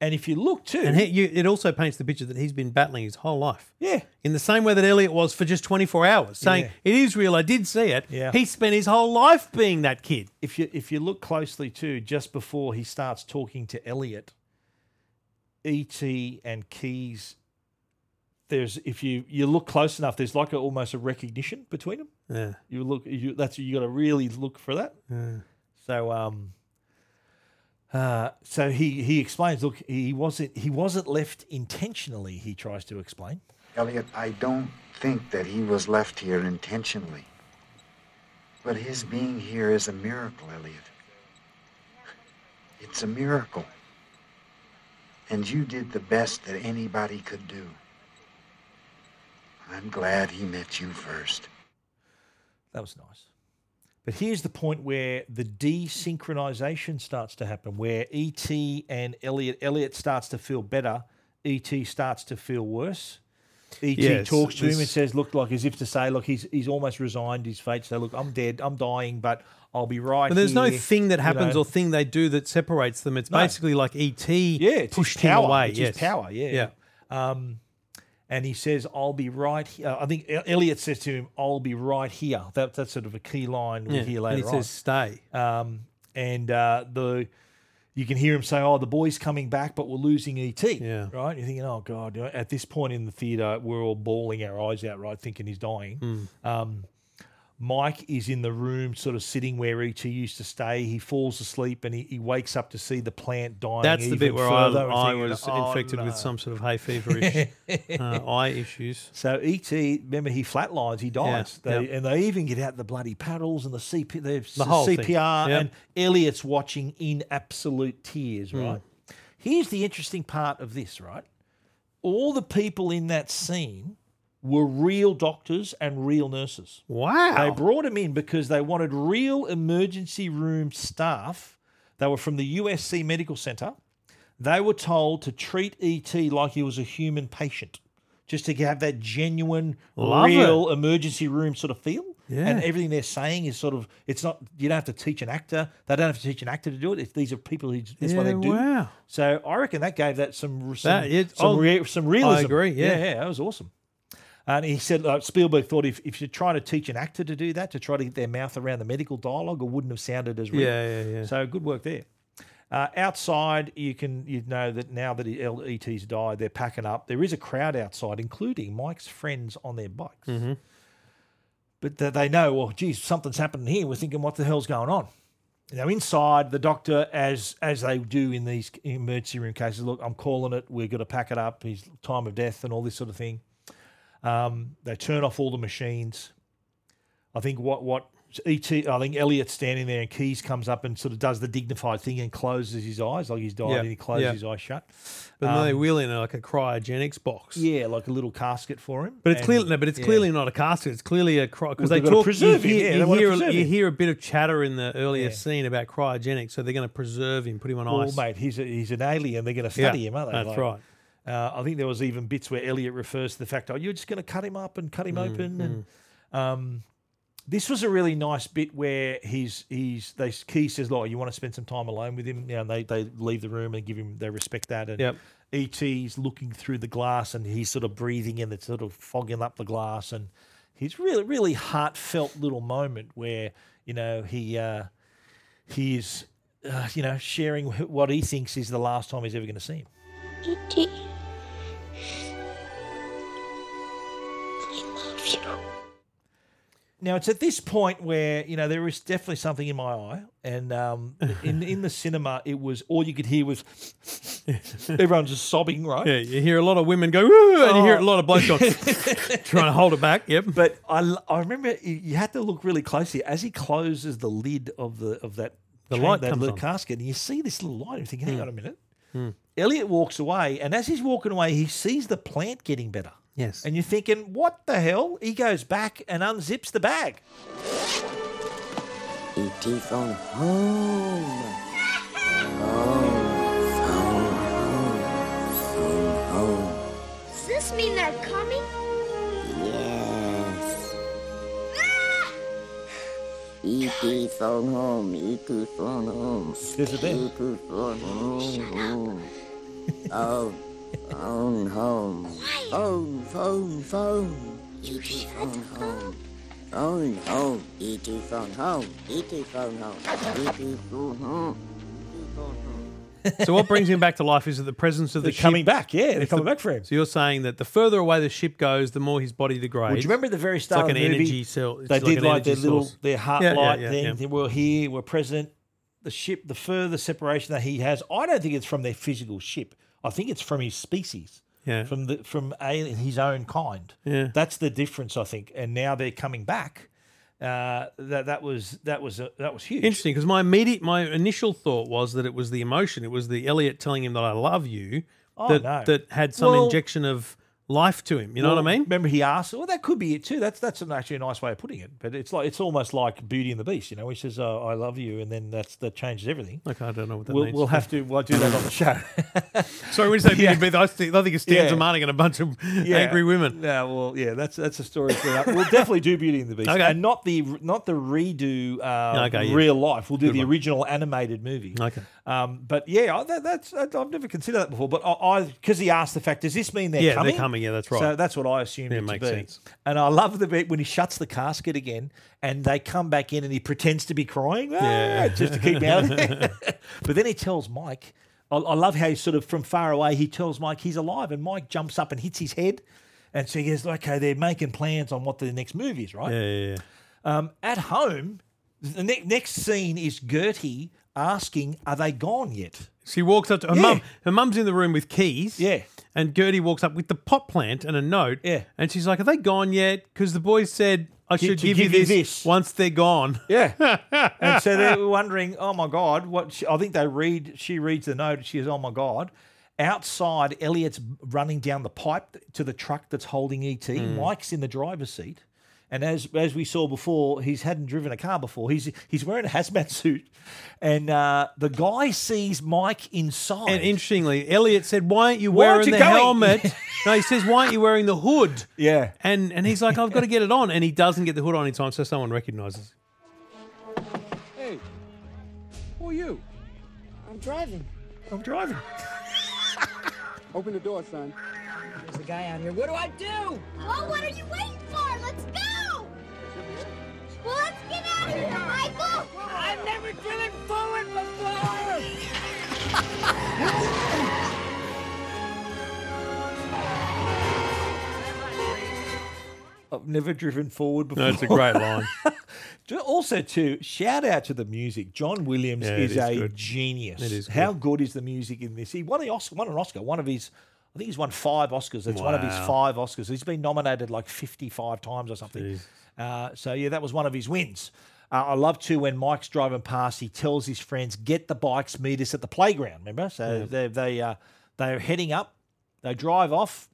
And if you look too,
And he, you, it also paints the picture that he's been battling his whole life.
Yeah.
In the same way that Elliot was for just 24 hours, saying,
Yeah.
It is real, I did see it.
Yeah.
He spent his whole life being that kid.
if you if you look closely too, just before he starts talking to Elliot, E.T. and Keys, there's if you you look close enough, there's like a, almost a recognition between them.
Yeah.
You look, you that's you got to really look for that.
Yeah.
So um, uh, so he he explains. Look, he wasn't he wasn't left intentionally. He tries to explain.
Elliot, I don't think that he was left here intentionally. But his being here is a miracle, Elliot. It's a miracle. And you did the best that anybody could do. I'm glad he met you first.
That was nice. But here's the point where the desynchronization starts to happen, where ET and Elliot Elliot starts to feel better, ET starts to feel worse. ET
Yes,
talks to him and
this-
says, "Look, like as if to say, look, he's he's almost resigned his fate. So, look, I'm dead, I'm dying, but I'll be right."
But there's no
here,"
thing that
you
happens
know.
or thing they do that separates them. It's
No.
basically like E.T.
yeah, it's
pushed
his power.
him away.
It's
yes.
his power. Yeah. Um, and he says, "I'll be right." Here. I think E-, Elliot says to him, "I'll be right here." That, that's sort of a key line we
Yeah,
hear
and
later
he
on.
says, "Stay."
Um, and uh, the you can hear him say, "Oh, the boy's coming back, but we're losing ET." Yeah. Right. You're thinking, "Oh God!" you know, At this point in the theater, we're all bawling our eyes out, right, thinking he's dying.
Mm.
Um, Mike is in the room, sort of sitting where ET used to stay. He falls asleep and he, he wakes up to see the plant dying.
That's the
even
bit where I,
further.
I
Thinking,
was
"Oh,
infected
no."
with some sort of hay
<laughs>
feverish uh, eye issues.
So ET, remember he flatlines, he dies,
Yeah,
they,
yeah.
and they even get out the bloody paddles and the CP, the,
The whole thing,
CPR,
yeah.
and Elliot's watching in absolute tears.
Mm.
Right. Here's the interesting part of this. Right. All the people in that scene were real doctors and real nurses.
Wow.
They brought him in because they wanted real emergency room staff. They were from the USC Medical Center. They were told to treat ET like he was a human patient, just to have that genuine,
Love
real emergency room sort of feel.
Yeah.
And everything they're saying is sort of, it's not, you don't have to teach an actor. They don't have to teach an actor to do it. It's, these are people who, that's what they
Yeah,
do.
wow.
So I reckon that gave that some, some,
That is-
some,
oh,
rea- some realism.
I agree, yeah.
yeah, that was awesome. And he said uh, Spielberg thought if, if you try to teach an actor to do that, to try to get their mouth around the medical dialogue, it wouldn't have sounded as real.
Yeah, yeah, yeah.
So good work there. Uh, outside, you can you know that now that E LET's died, they're packing up. There is a crowd outside, including Mike's friends on their bikes.
Mhm.
But th- they know, well, geez, something's happening here. We're thinking, what the hell's going on? Now inside, the doctor, as as they do in these emergency room cases, look, I'm calling it. We're going to pack it up. His time of death and all this sort of thing. Um, they turn off all the machines. I think what what et I think Elliot's standing there and Keys comes up and sort of does the dignified thing and closes his eyes like he's died
Yeah,
and he closes
yeah.
his eyes shut.
But no, they
Um,
wheel in like a cryogenics box.
yeah, like a little casket for him.
But it's
And-
clearly no, but it's
yeah.
clearly not a casket. It's clearly a cry because
Well,
they
they've gotta
talk. You
preserve him,
hear,
yeah, they
you,
wanna
hear,
preserve
you
him.
hear a bit of chatter in the earlier
Yeah.
scene about cryogenics, so they're going to preserve him, put him on
Well,
ice.
mate, he's a, he's an alien. They're going to
Yeah,
study him, aren't they?
that's right.
Uh, I think there was even bits where Elliot refers to the fact, "Oh, you're just going to cut him up and cut him
Mm,
open." And um, this was a really nice bit where he's he's they Key says, "Like, you want to spend some time alone with him?" You know, and they they leave the room and give him they respect that. And
Yep.
ET's looking through the glass and he's sort of breathing in, it's sort of fogging up the glass, and he's really really heartfelt little moment where you know he. Uh, he is, uh, you know, sharing wh- what he thinks is the last time he's ever going to see him.
E.T. I love you.
Now it's at this point where you know there is definitely something in my eye, and
<laughs>
um, in in the cinema it was all you could hear was everyone just sobbing, right?
Yeah, you hear a lot of women go, "Ooh," and you hear a lot of
<laughs>
blokes go, trying to hold it back. Yep.
But I, l- I remember you you had to look really closely as he closes the lid of the of that
The
chamber-
light
that
comes
little
on.
casket, and you see this little light. You're thinking, hang on a minute.
Hmm.
Elliot walks away, and as he's walking away, he sees the plant getting better.
Yes.
And you're thinking, what the hell? He goes back and unzips the bag.
E.T. phone home. Home, phone home, phone home.
Does this mean they're coming?
Yes.
Ah!
ET phone home, ET phone home.
There's a bell.
ET phone home. Oh, phone home.
Oh.
Phone, phone, phone. ET phone home. Phone home, ET phone home, ET phone home, ET phone home.
so what brings him back to life is that the presence of the
They're coming
ship-
back, yeah, they're
It's
coming
the-
back for him.
So you're saying that the further away the ship goes, the more his body degrades.
Well, do you remember at the very
It's
start
like
of
an
the movie?
energy cell? it's
they did
an
like their
energy
little
source.
their heart
Yeah, yeah,
light
yeah,
thing.
yeah.
They We're here, we're present. The ship, the further separation that he has, I don't think it's from their physical ship. I think it's from his species.
Yeah.
From the from alien, his own kind.
Yeah.
That's the difference, I think. And now they're coming back. Uh, that that was that was a, that was huge.
Interesting, because my immediate, my initial thought was that it was the emotion. It was the Elliot telling him that I love you.
Oh,
that,
no.
that had some
Well-
injection of life to him. You know what I
Well,
mean?
Remember, he asked. Well, that could be it too. That's that's an, actually a nice way of putting it. But it's like it's almost like Beauty and the Beast. You know, he says, oh, "I love you," and then that's that changes everything.
Okay, I don't know what that
we'll,
means.
We'll have to. We'll do that on the show.
<laughs> Sorry, when
<laughs>
you say Beauty and the Beast, I think- I think it's Stanza Marnik and a bunch of angry women.
Yeah, well, yeah, that's that's a story for that. We'll definitely do Beauty and the Beast,
Okay.
and not the not the redo uh,
Okay, yeah.
real life. We'll do
Good
the
one.
original animated movie.
Okay.
Um, but yeah, I- that, that's that, I've never considered that before. But I because he asked the fact, does this mean they're
Yeah, they're
coming?
coming, yeah, that's right.
So that's what I assumed
Yeah,
it
makes
to be.
sense.
And I love the bit when he shuts the casket again, and they come back in, and he pretends to be crying,
Yeah.
"Ah," just to keep me
<laughs>
out. of there. <laughs> but then he tells Mike. I, I love how he sort of from far away he tells Mike he's alive, and Mike jumps up and hits his head, and so he goes, "Okay, they're making plans on what the next movie is, right?"
Yeah, yeah, yeah.
Um, at home, the ne- next scene is Gertie asking, "Are they gone yet?"
She walks up to her
Yeah.
mum. Her mum's in the room with keys.
Yeah.
And Gertie walks up with the pot plant and a note.
Yeah.
And she's like, "Are they gone yet? Because the boys said I
Gi-
should
to
give, you,
give you
this
this."
once they're gone." <laughs>
Yeah, and so they were wondering, "Oh my God, what?" She, I think they read. She reads the note. and She says, "Oh my God." Outside, Elliot's running down the pipe to the truck that's holding ET.
Hmm.
Mike's in the driver's seat, and as as we saw before, he's hadn't driven a car before. He's he's wearing a hazmat <laughs> suit, and uh, the guy sees Mike inside.
And interestingly, Elliot said, "Why aren't you
Why
wearing
aren't you
the
going?" <laughs>
helmet?" no, he says, "Why aren't you wearing the hood?"
Yeah.
And and he's like, "I've got to get it on," and he doesn't get the hood on in time, so someone recognises.
Hey, who are you? I'm driving.
I'm driving.
Open the door, son. There's a guy out here. What do I do?
Well, what are you waiting for? Let's go! Well, let's get out of here, Michael! I've never driven forward before!
I've never driven forward before.
No, it's a great line.
Ju- also, too, shout out to the music. John Williams
Yeah, it
is,
is
a
good.
genius.
It is
How good is the music in this? He won the Oscar, won an Oscar. One of his, I think he's won five Oscars. It's one of his
Wow.
five Oscars. He's been nominated like fifty-five times or something.
Jeez.
Uh, so yeah, that was one of his wins. Uh, I love too when Mike's driving past. He tells his friends, "Get the bikes, meet us at the playground." Remember, so
Yeah.
they they uh, they're heading up. They drive off,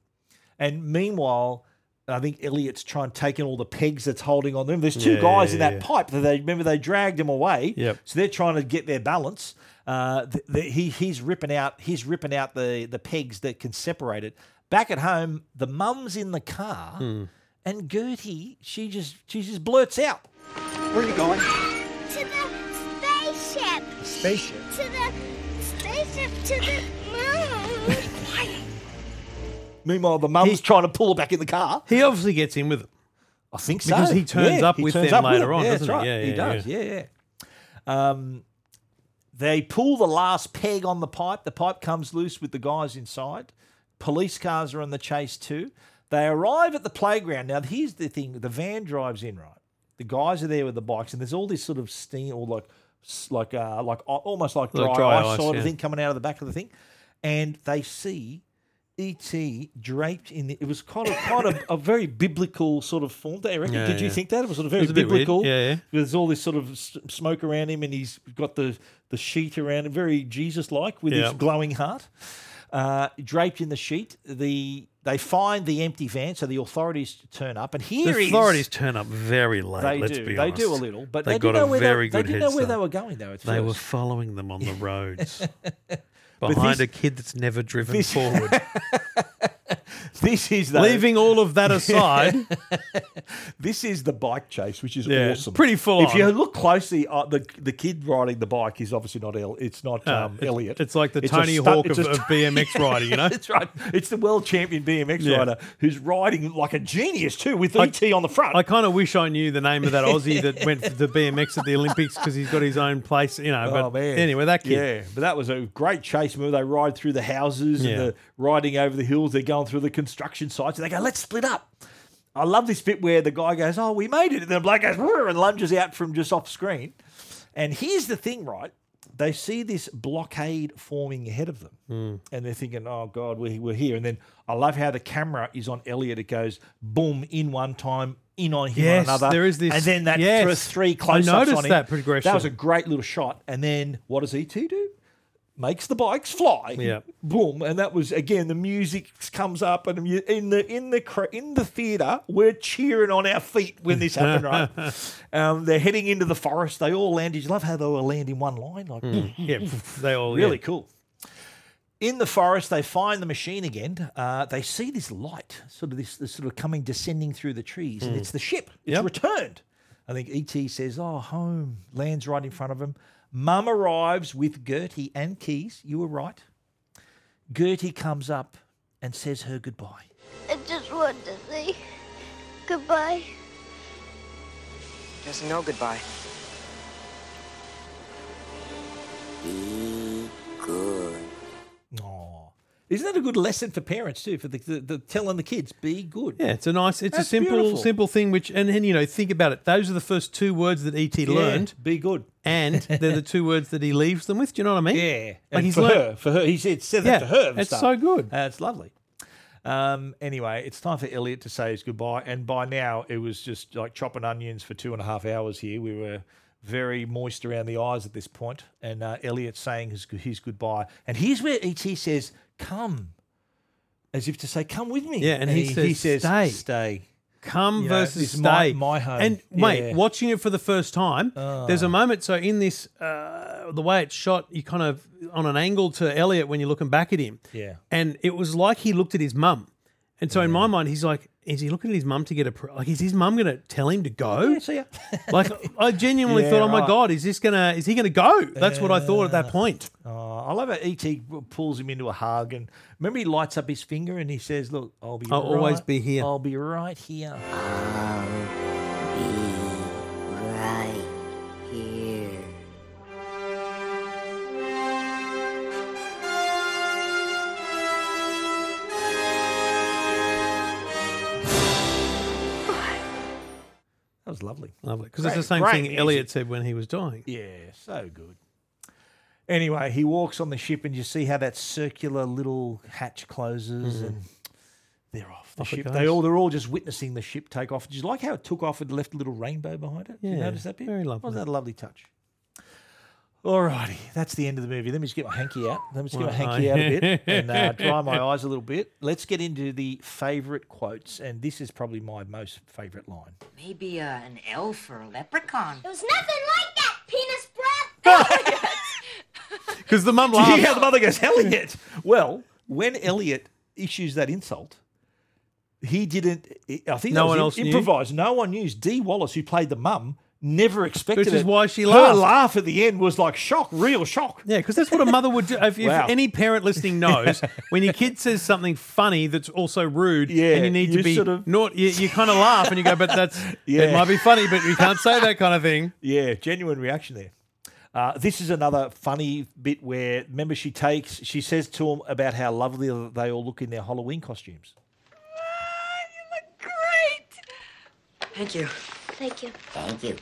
and meanwhile, I think Elliot's trying to take in all the pegs that's holding on them. There's two
Yeah,
guys in
yeah,
that
yeah.
pipe that they remember they dragged him away.
Yep.
So they're trying to get their balance. Uh, th- th- he he's ripping out he's ripping out the the pegs that can separate it. Back at home, the mum's in the car, and Gertie she just she just blurts out.
Where are you going?
to the spaceship!
Spaceship.
To the spaceship to the moon!
Meanwhile, the mum's trying to pull her back in the car.
<laughs> He obviously gets in with it.
I think so.
Because he turns
Yeah,
up
he
with
turns
them
up with
later on,
Yeah,
doesn't
that's
he?
right.
Yeah,
he
yeah,
does. Yeah, yeah. Um, they pull the last peg on the pipe. The pipe comes loose with the guys inside. Police cars are on the chase too. They arrive at the playground. Now, here's the thing: the van drives in, right? The guys are there with the bikes, and there's all this sort of steam, or like, s- like, uh, like uh, almost like dry,
Like dry
ice,
ice,
sort
yeah.
of thing coming out of the back of the thing, and they see E.T. draped in the. It was kind of kind of a very biblical sort of form. They reckon.
Yeah,
Did you
yeah.
think that it was sort of
It
very
was a bit weird.
biblical?
Yeah, yeah.
There's all this sort of s- smoke around him, and he's got the the sheet around him, very Jesus-like with his
Yeah.
glowing heart. Uh, draped in the sheet, the they find the empty van, so the authorities turn up, and here
the
is-
authorities turn up very late.
They
let's
do.
be
They
honest.
do a little, but they
got
didn't know
a
where they-
very
they
good
didn't
head
know where they
start.
were going, though, at
they were
first.
following them on the roads
But
behind
this- <laughs>
a kid that's never driven forward.
<laughs> This is though-
Leaving all of that aside.
this is the bike chase, which is
Yeah,
awesome.
pretty full
If you
on.
look closely, uh, the the kid riding the bike is obviously not El. It's not <laughs>
Uh,
um,
it's-
Elliot.
it's like the
a
Tony
stu-
Hawk
it's
of-
a
of
<laughs>
BMX rider, you know?
that's right. It's the world champion BMX
Yeah.
rider who's riding like a genius too, with
I-
ET on the front.
I kind of wish I knew the name of that
<laughs>
Aussie that went to BMX at the Olympics because he's got his own place, you know. But
oh man!
anyway, that kid.
Yeah, but that was a great chase move. They ride through the houses
Yeah.
and the riding over the hills. They're going through the construction sites and they go, "Let's split up." I love this bit where the guy goes, "Oh, we made it," and the bloke goes "Whoa," and lunges out from just off screen. And here's the thing, right? They see this blockade forming ahead of them,
Hmm.
and they're thinking, "Oh God, we're, we're here." And then I love how the camera is on Elliot. It goes boom in one time, in on him
Yes,
on another.
there is this-
and then that
yes.
th- three
I
close-ups
noticed
on him.
that progression.
That was a great little shot. And then what does ET do? Makes the bikes fly.
Yeah.
Boom. And that was again the music comes up and you- in the in the cra- in the theater we're cheering on our feet when this happened. Right. <laughs> Um, they're heading into the forest. They all landed. You love how they all land in one line. Like
Yeah, they all
<clears throat> really
yeah.
cool. In the forest, they find the machine again. Uh, they see this light, sort of this, this sort of coming descending through the trees, and
Mm.
it's the ship. It's returned. I think ET says, "Oh, home." Lands right in front of him. Mum arrives with Gertie and keys. You were right. Gertie comes up and says her goodbye.
I just wanted to say goodbye.
There's no goodbye.
Good.
Isn't that a good lesson for parents too? For the, the, the telling the kids, be good.
Yeah, it's a nice, it's
That's
a simple,
beautiful.
simple thing. Which and then you know, think about it. Those are the first two words that ET
Yeah,
learned,
Be good.
and they're the two words that he leaves them with. Do you know what I mean? Yeah, like
And
he's
for
learned-
her, for her, he said, said
Yeah,
that to her. and
it's
stuff.
so good.
Uh, it's lovely. Um, anyway, it's time for Elliot to say his goodbye, and by now it was just like chopping onions for two and a half hours. Here we were very moist around the eyes at this point, and uh, Elliot saying his his goodbye, and here's where Et says, "Come," as if to say, "Come with me."
Yeah, and, he, says, stay.
stay."
Come
You know,
versus
this is my-
stay.
my home.
And
Yeah.
mate, watching it for the first time, there's
Oh.
a moment. So in this, uh, the way it's shot, you kind of on an angle to Elliot when you're looking back at him.
Yeah. Mm.
And it was like he looked at his mum. And so in my mind, he's like, is he looking at his mum to get a pr- like? Is his mum going to tell him to go?
Yeah, see ya. <laughs>
like I genuinely
Yeah,
thought, oh my
right.
god, is this gonna is he going to go? That's what I thought at that point.
Oh, I love how ET pulls him into a hug, and remember he lights up his finger and he says, "Look, I'll be.
I'll always
right-
be here."
I'll be right here."
Right here.
That was lovely.
Lovely, because it's the
Great-
same
great
thing
music.
Elliot said when he was dying.
Yeah, so good. Anyway, he walks on the ship, and you see how that circular little hatch closes,
Mhm.
and they're off the
Off it
ship.
goes.
They all they're all just witnessing the ship take off. Did you like how it took off and left a little rainbow behind it? Did you
Yeah,
notice that bit?
very lovely.
Wasn't that a lovely touch? All righty, that's the end of the movie. Let me just get my hanky out. Let me just get my
Well,
hanky out a bit
I-
and uh, dry
<laughs>
my eyes a little bit. Let's get into the favourite quotes, and this is probably my most favourite line.
Maybe uh, an elf or a leprechaun.
There's nothing like that, penis breath.
Because
<laughs>
the mum
Do you
laughs.
hear how the mother goes, Elliot. Well, when Elliot issues that insult, he didn't. I think that
No
was
one
im-
else knew?
improvised. No one knew. Dee Wallace, who played the mum, never expected.
Which is
it.
why she
Her
laughed.
laugh at the end was like shock, real shock.
Yeah, because that's what a mother would do. If, if
Wow.
any parent
<laughs>
listening knows, when your kid says something funny that's also rude,
Yeah,
and you need
you
to be
sort of-
not, you, you kind of laugh and you go, "But that's
<laughs> Yeah.
it might be funny, but you can't say that kind of
<laughs>
thing."
Yeah, genuine reaction there. Uh, this is another funny bit where remember she takes she says to him about how lovely they all look in their Halloween costumes.
Ah, Thank you.
Thank you.
Thank
<laughs>
you.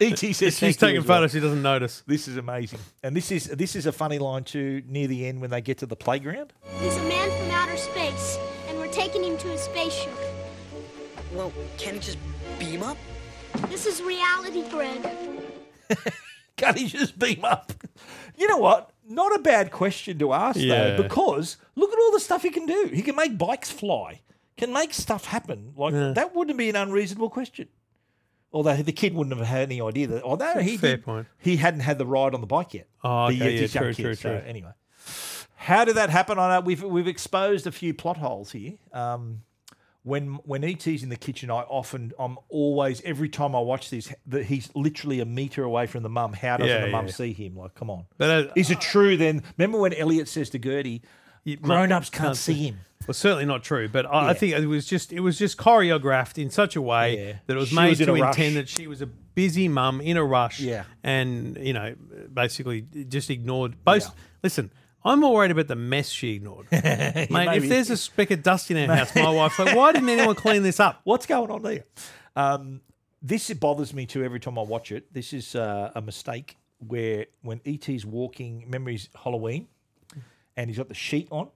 Et E says thank
She's
you
taking
as well.
photos. She doesn't notice.
This is amazing, and this is this is a funny line too near the end when they get to the playground.
He's a man from outer space, and we're taking him to his spaceship.
Well, can he just beam up?
This is reality, Greg.
Can he just beam up? You know what? Not a bad question to ask
Yeah.
though, because look at all the stuff he can do. He can make bikes fly, can make stuff happen. Like that wouldn't be an unreasonable question. Although the kid wouldn't have had any idea that. Although he
Fair
did-
point.
he hadn't had the ride on the bike yet.
Oh,
The-
okay,
this
yeah,
young
true, true,
So
true.
anyway, How did that happen? I know we've we've exposed a few plot holes here. Um, when when ET's in the kitchen, I often I'm always every time I watch this that he's literally a meter away from the mum. How doesn't
Yeah,
the mum
yeah.
see him? Like, come on.
But uh,
Is it true then? Remember when Elliot says to Gertie, grown ups can't, see him?
Well, certainly not true. But I,
Yeah.
I think it was just it was just choreographed in such a way that it was
She
made
was in
to
a rush.
intend that she was a busy mum in a rush. Yeah. And you know, basically just ignored. Both. Listen. I'm more worried about the mess she
<laughs>
ignored. Mate,
Maybe.
if there's a speck of dust in our
<laughs>
house, my wife's like, why didn't anyone clean this up?
What's going on there? Um, this bothers me too every time I watch it. This is uh, a mistake where when ET's walking, remember he's Halloween and he's got the sheet on.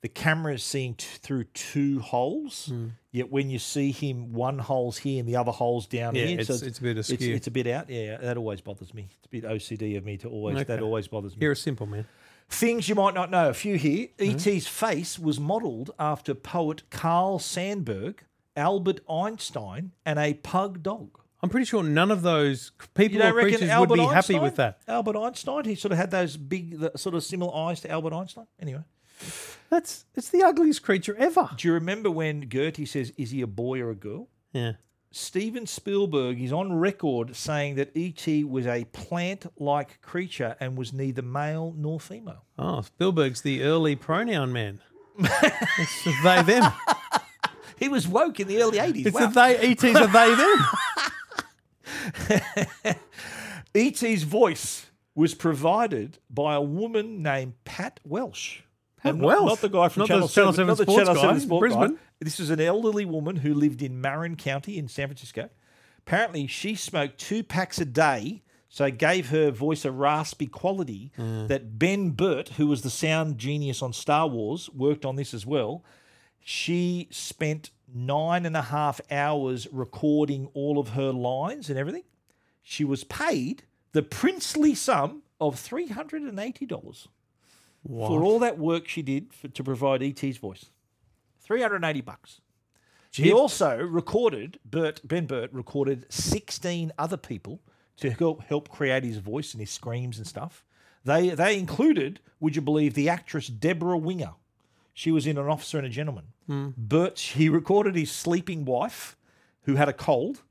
The camera is seeing t- through two holes,
Mm.
yet when you see him, one hole's here and the other hole's down
Yeah,
here.
it's- it's a bit
it's,
askew.
it's a bit out. Yeah, that always bothers me. It's a bit OCD of me to always. That
Okay.
always bothers me.
You're a simple man.
Things you might not know. A few here.
Mm-hmm.
E.T.'s face was modelled after poet Carl Sandburg, Albert Einstein, and a pug dog.
I'm pretty sure none of those c- people or creatures would be happy with that.
Albert Einstein, he sort of had those big, the, sort of similar eyes to Albert Einstein. Anyway,
that's it's the ugliest creature ever.
Do you remember when Gertie says, "Is he a boy or a girl?"
Yeah.
Steven Spielberg is on record saying that E.T. was a plant-like creature and was neither male nor female.
Oh, Spielberg's the early pronoun man. it's the
<laughs>
they them.
He was woke in the early 80s.
It's
wow.
a they ET's a they
<laughs>
them.
E.T.'s E voice was provided by a woman named Pat Welsh.
Pat
And not-
Welsh?
Not, the guy from
Not the
Channel, 7,
Channel 7
not the
sports
Channel
guy
7
in
sport
Brisbane.
This was an elderly woman who lived in Marin County in San Francisco. Apparently, she smoked two packs a day, so it gave her voice a raspy quality
Mm.
that Ben Burt, who was the sound genius on Star Wars, worked on this as well. She spent nine and a half hours recording all of her lines and everything she was paid the princely sum of $380 for all that work she did for, to provide ET's voice. 380 bucks. He
Gee.
also recorded, Bert, Ben Burt recorded 16 other people to help, help create his voice and his screams and stuff. They, they included, would you believe, the actress Deborah Winger. She was in An Officer and a Gentleman.
Hmm.
Bert, he recorded his sleeping wife who had a cold.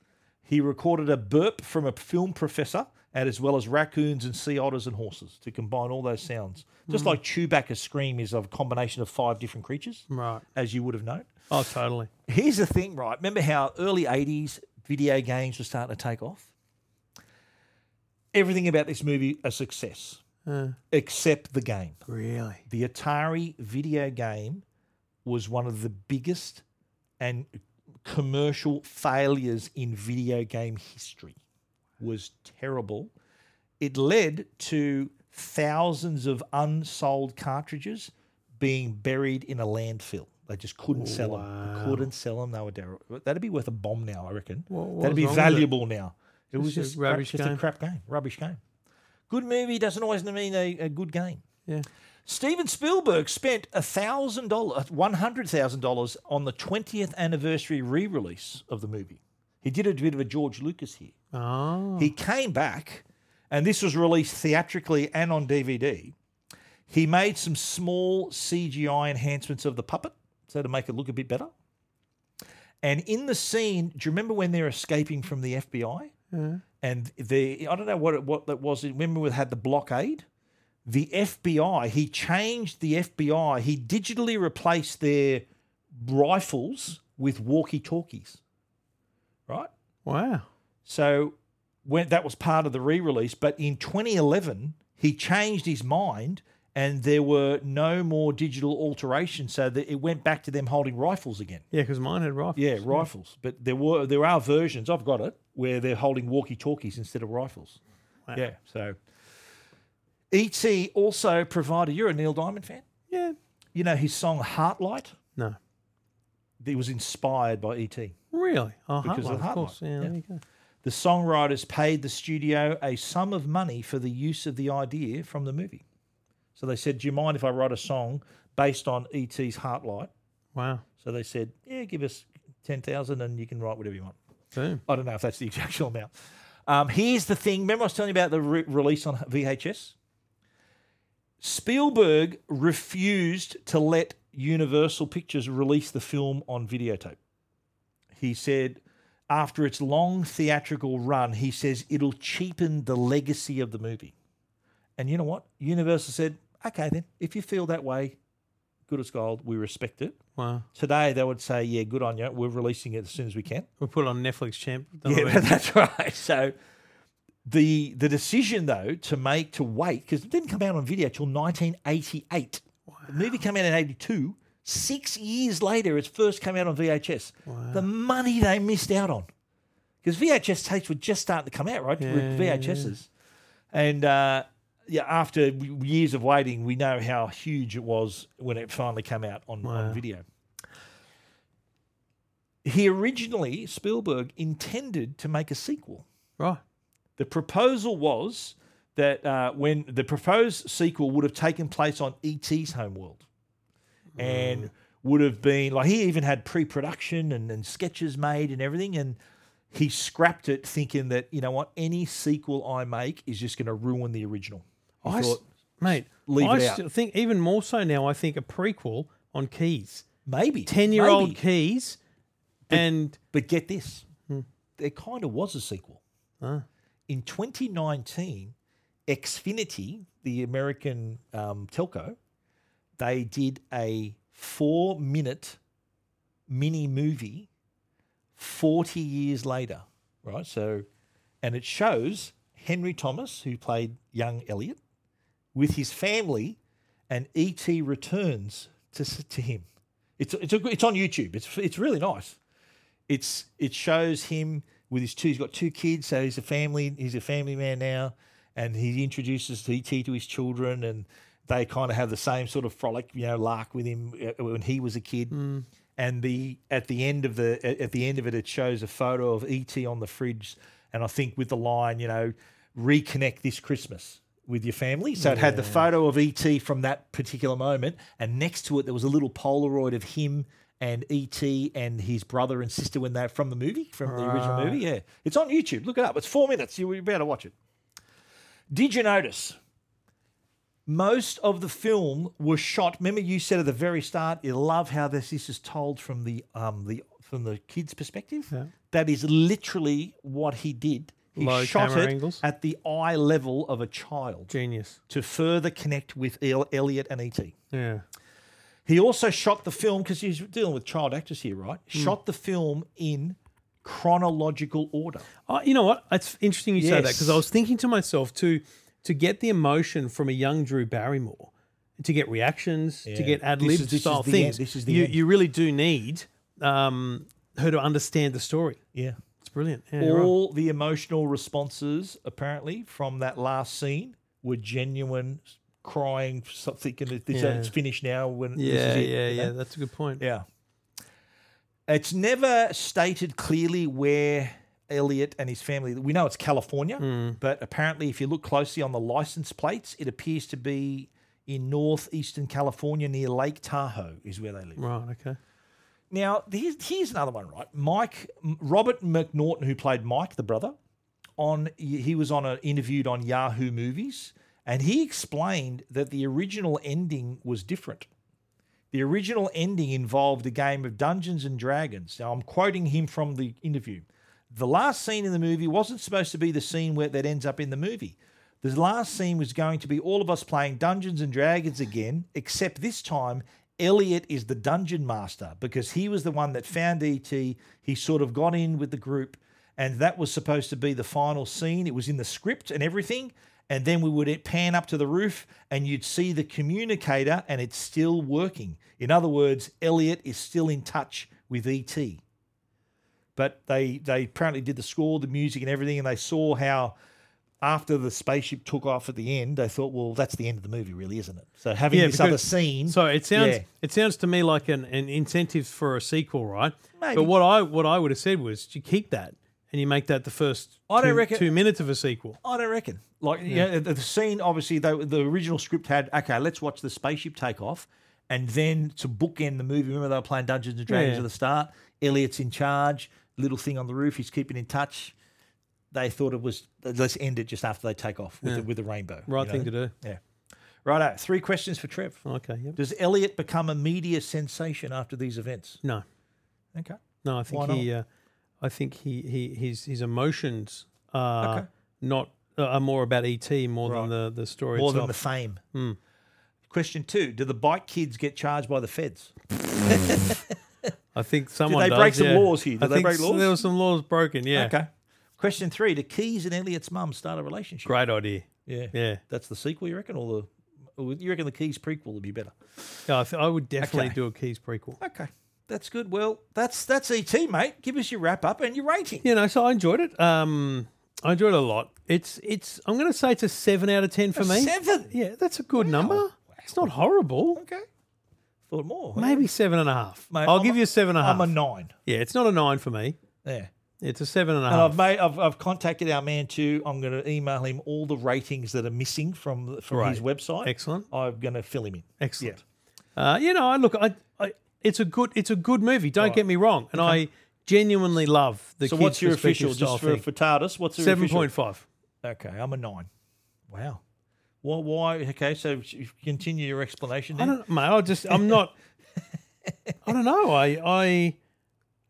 He recorded a burp from a film professor, and as well as raccoons and sea otters and horses to combine all those sounds. Just
Mm.
like Chewbacca's scream is a combination of five different creatures,
Right.
as you would have known.
Oh, totally.
Here's the thing, right? Remember how early 80s video games were starting to take off? Everything about this movie a success,
Uh,
except the game.
really?
The Atari video game was one of the biggest and commercial failures in video game history. Was terrible. It led to thousands of unsold cartridges being buried in a landfill. They just couldn't sell them. Couldn't sell them. They were der- that'd be worth a bomb now, I reckon.
what
that'd
was
be
wrong with it?
valuable now. It
Just
was
a
just crap-
rubbish
just a
game.
crap game, rubbish game. Good movie doesn't always mean a, a good game.
Yeah.
Steven Spielberg spent thousand dollars, one hundred thousand dollars on the twentieth anniversary re-release of the movie. He did a bit of a George Lucas here.
Oh.
He came back, and this was released theatrically and on DVD. He made some small CGI enhancements of the puppet, so to make it look a bit better. And in the scene, do you remember when they're escaping from the FBI?
Yeah.
and the I don't know what it, what that was. Remember, we had the blockade. The FBI. He changed the FBI. He digitally replaced their rifles with walkie-talkies. Right.
Wow.
So when that was part of the re-release, but in 2011 he changed his mind. And there were no more digital alterations, so that it went back to them holding rifles again.
Yeah, because mine had rifles.
Yeah, rifles. But there were there are versions. I've got it where they're holding walkie-talkies instead of rifles.
Wow.
Yeah. So ET also provided. You're a Neil Diamond fan.
Yeah.
You know his song "Heartlight."
No.
It was inspired by E ET.
Really? Oh,
Because
Heartlight,
of
of,
Heartlight,
course. Yeah,
yeah.
There you go.
The songwriters paid the studio a sum of money for the use of the idea from the movie. So they said, "Do you mind if I write a song based on ET's Heartlight?"
Wow.
So they said, "Yeah, give us ten thousand, and you can write whatever you want."
Boom.
I don't know if that's the exact amount. Um, here's the thing. Remember, I was telling you about the re- release on VHS. Spielberg refused to let Universal Pictures release the film on videotape. He said, after its long theatrical run, he says it'll cheapen the legacy of the movie. And you know what? Universal said, okay, then, if you feel that way, good as gold, we respect it.
Wow.
Today, they would say, yeah, good on you. We're releasing it as soon as we can.
We'll put it on Netflix, champ. Don't
Yeah, <laughs>
worry.
but that's right. So the the decision though to make to wait because it didn't come out on video till 1988. The movie came out in 82. Six years later, it first came out on VHS. The money they missed out on because VHS tapes were just starting to come out, right?
Yeah,
With
yeah, yeah.
VHSs, and uh, yeah, after w- years of waiting, we know how huge it was when it finally came out on,
Wow.
on video. He originally, Spielberg, intended to make a sequel.
Right.
The proposal was that uh, when the proposed sequel would have taken place on E.T.'s homeworld and would have been like he even had pre-production and, and sketches made and everything and he scrapped it thinking that you know what any sequel i make is just going to ruin the original He
I s-
thought,
mate,
leave
I
it out.
still think even more so now. I think a prequel on Keys,
maybe
ten-year-old
maybe.
Keys,
But-
and
but get this
Hmm.
there kind of was a sequel
Ah.
in 2019 xfinity the american um, telco they did a four minute mini movie 40 years later, right? So, and it shows Henry Thomas, who played young Elliot, with his family, and E.T. returns to, s- to him. It's, it's, a, it's on YouTube. It's, it's really nice. It's, it shows him with his two, he's got two kids, so he's a family, he's a family man now, and he introduces E.T. to his children, and they kind of have the same sort of frolic, you know, lark with him uh, when he was a kid and the at the end of the at- at the end of it it shows a photo of et on the fridge and i think with the line you know reconnect this christmas with your family so it had the
Yeah.
photo of et from that particular moment and next to it there was a little polaroid of him and et and his brother and sister when they're from the movie from the original
Right.
movie yeah it's on youtube look it up it's four minutes you, you'll be able to watch it did you notice most of the film was shot. Remember, you said at the very start, you love how this this is told from the um the from the kid's perspective.
Yeah.
That is literally what he did. He
Low
shot
camera
it
angles.
at the eye level of a child
genius.
to further connect with El- Elliot and ET.
Yeah.
He also shot the film because he's dealing with child actors here, right?
Hmm.
Shot the film in chronological order.
Oh, you know what? It's interesting you say that because I
Yes.
was thinking to myself to to get the emotion from a young Drew Barrymore, to get reactions,
Yeah.
to get ad
This is-
lib
this is
style
the
things.
end. This is the
you
end.
you really do need um, her to understand the story.
Yeah.
It's brilliant. Yeah, you're right.
all the emotional responses apparently from that last scene were genuine crying something and this,
Yeah.
it's finished now when
yeah,
this is it,
yeah,
you know?
yeah. That's a good point.
yeah it's never stated clearly where Elliot and his family we know it's California
Hmm.
but apparently if you look closely on the license plates it appears to be in northeastern California near Lake Tahoe is where they live
Right. Okay.
now, here's, here's another one, right? Mike Robert McNaughton, who played Mike, the brother, on he was on a interviewed on Yahoo Movies, and he explained that the original ending was different. The original ending involved a game of Dungeons and Dragons. Now, I'm quoting him from the interview. The last scene in the movie wasn't supposed to be the scene where that ends up in the movie. The last scene was going to be all of us playing Dungeons and Dragons again, except this time Elliot is the dungeon master because he was the one that found ET. He sort of got in with the group, and that was supposed to be the final scene. It was in the script and everything. And then we would pan up to the roof, and you'd see the communicator, and it's still working. In other words, Elliot is still in touch with E ET but they they apparently did the score, the music, and everything, and they saw how after the spaceship took off at the end, they thought, well, that's the end of the movie, really, isn't it? So having this other
because-
scene,
So it sounds
Yeah.
it sounds to me like an, an incentive for a sequel, right?
Maybe.
But what I what I would have said was you keep that and you make that the first
I don't
two,
reckon-
two minutes of a sequel.
I don't reckon. Like yeah, the the scene obviously they, the original script had okay, let's watch the spaceship take off, and then to bookend the movie. Remember they were playing Dungeons and Dragons
Yeah.
at the start. Elliot's in charge. Little thing on the roof. He's keeping in touch. They thought it was let's end it just after they take off with
Yeah.
the, with the rainbow.
Right
you
thing
know?
to do.
Yeah. Righto, three questions for Trev.
Okay. Yep.
Does Elliot become a media sensation after these events?
No.
Okay.
No, I think
Why
he.
not?
Uh, I think he, he his his emotions are
Okay.
not uh, are more about ET more than the the story.
More than the
itself.
fame.
Hmm.
Question two Do the bike kids get charged by the feds?
I think someone
Did they
does,
break some
yeah.
laws here? Did
I
they
think
break
s-
laws?
There were some laws broken. Yeah.
Okay. Question three Do Keys and Elliot's mum start a relationship?
Great idea.
Yeah.
Yeah.
That's the sequel, you reckon? Or the. or You reckon the Keys prequel would be better?
Yeah, I, th- I would definitely
Okay.
do a Keys prequel.
Okay. That's good. Well, that's that's ET, mate. Give us your wrap up and your rating.
You know, so I enjoyed it. Um, I enjoyed it a lot. It's it's. I'm going to say it's a seven out of ten for
A
me.
seven?
Yeah, that's a good number. It's not horrible.
Okay. Thought more.
Maybe seven and a half.
Mate,
I'll
I'm
give
a-
you a seven and a half.
I'm a nine.
Yeah, it's not a nine for me.
Yeah.
It's a seven and a
And
half.
I've made, I've, I've contacted our man too. I'm going to email him all the ratings that are missing from from his
Right.
website.
Excellent.
I'm going to fill him in.
Excellent. Uh, you know, I look, I, I, it's a good, it's a good movie. Don't
Right.
get me wrong, and
Okay.
I genuinely love the.
so
kids'
what's your
perspective
official
style
just for,
thing.
for TARDIS? What's your
seven
official?
point five?
Okay, I'm a nine. Wow. Why? Why? Okay, so sh- continue your explanation.
I
Then.
don't, know, mate. I just,
<laughs>
I'm not. I don't know. I, I,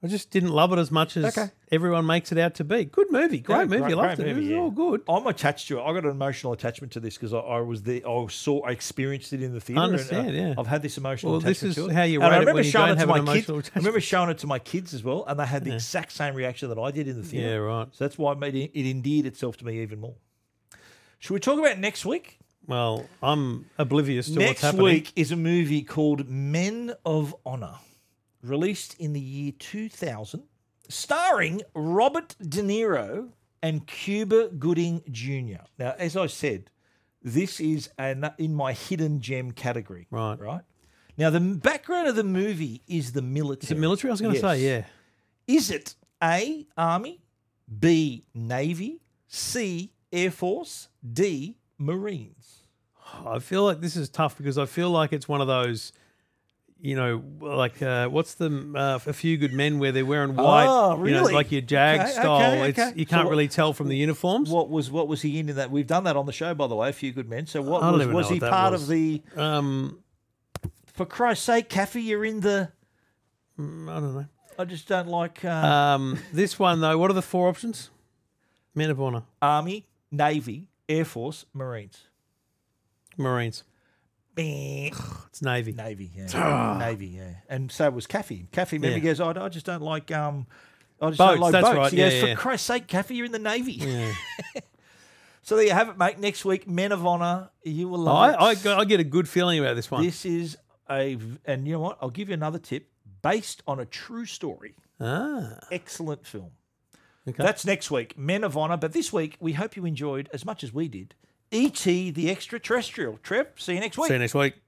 I just didn't love it as much as
Okay.
everyone makes it out to be. Good movie, great
Yeah,
movie. I loved
great
it. It was
movie, yeah.
all good.
I'm attached to it. I got an emotional attachment to this because I, I was there. I saw, I experienced it in the theater. uh,
understand, yeah.
I've had this emotional.
Well, this
attachment
is
to it.
how you
And I
rate it when
remember
you
showing
don't
it
have
to
an
my kids.
emotional
I remember showing it to my kids as well, and they had the
Yeah.
exact same reaction that I did in the theater.
Yeah, right.
So that's why it made it, it endeared itself to me even more. Should we talk about next week?
Well, I'm oblivious to what's
next
happening.
week is a movie called Men of Honor, released in the year 2000, starring Robert De Niro and Cuba Gooding Jr. Now, as I said, this is an, in my hidden gem category.
Right.
Right. Now, the background of the movie is the military. Is
it military? I was going to say, yeah.
Is it A, Army, B, Navy, C, Air Force, D, Marines?
I feel like this is tough because I feel like it's one of those, you know, like uh, what's the uh, a few good men where they're wearing white,
Oh,
you know,
really?
like your jag
Okay,
style.
okay,
It's
okay.
you can't
So what-
really tell from the uniforms.
What was what was he in in that? We've done that on the show, by the way. A few good men. So what
I don't
was
even
was
know
he
what that
part
was.
of the?
Um,
For Christ's sake, Caffey, you're in the.
Mm, I don't know.
I just don't like uh,
Um, this one though, what are the four options? Men of honor,
Army, Navy, Air Force, Marines.
Marines.
Bing.
It's Navy.
Navy,
<sighs>
yeah, Navy, yeah. And so was Caffey. Caffey, remember, he
Ah. Yeah.
goes, I, I just don't like um, I just don't
Boats,
like
that's
boats.
right,
He
yeah,
goes,
yeah.
For Christ's sake, Caffey, you're in the Navy.
Yeah.
<laughs> So there you have it, mate. Next week, Men of Honor. You will love
I,
it.
I, I get a good feeling about this one.
This is a, v- and you know what? I'll give you another tip based on a true story.
ah,
Excellent film.
okay.
That's next week, Men of Honor. But this week, we hope you enjoyed as much as we did. E.T. the E Extraterrestrial. Trev, see you next week.
See you next week.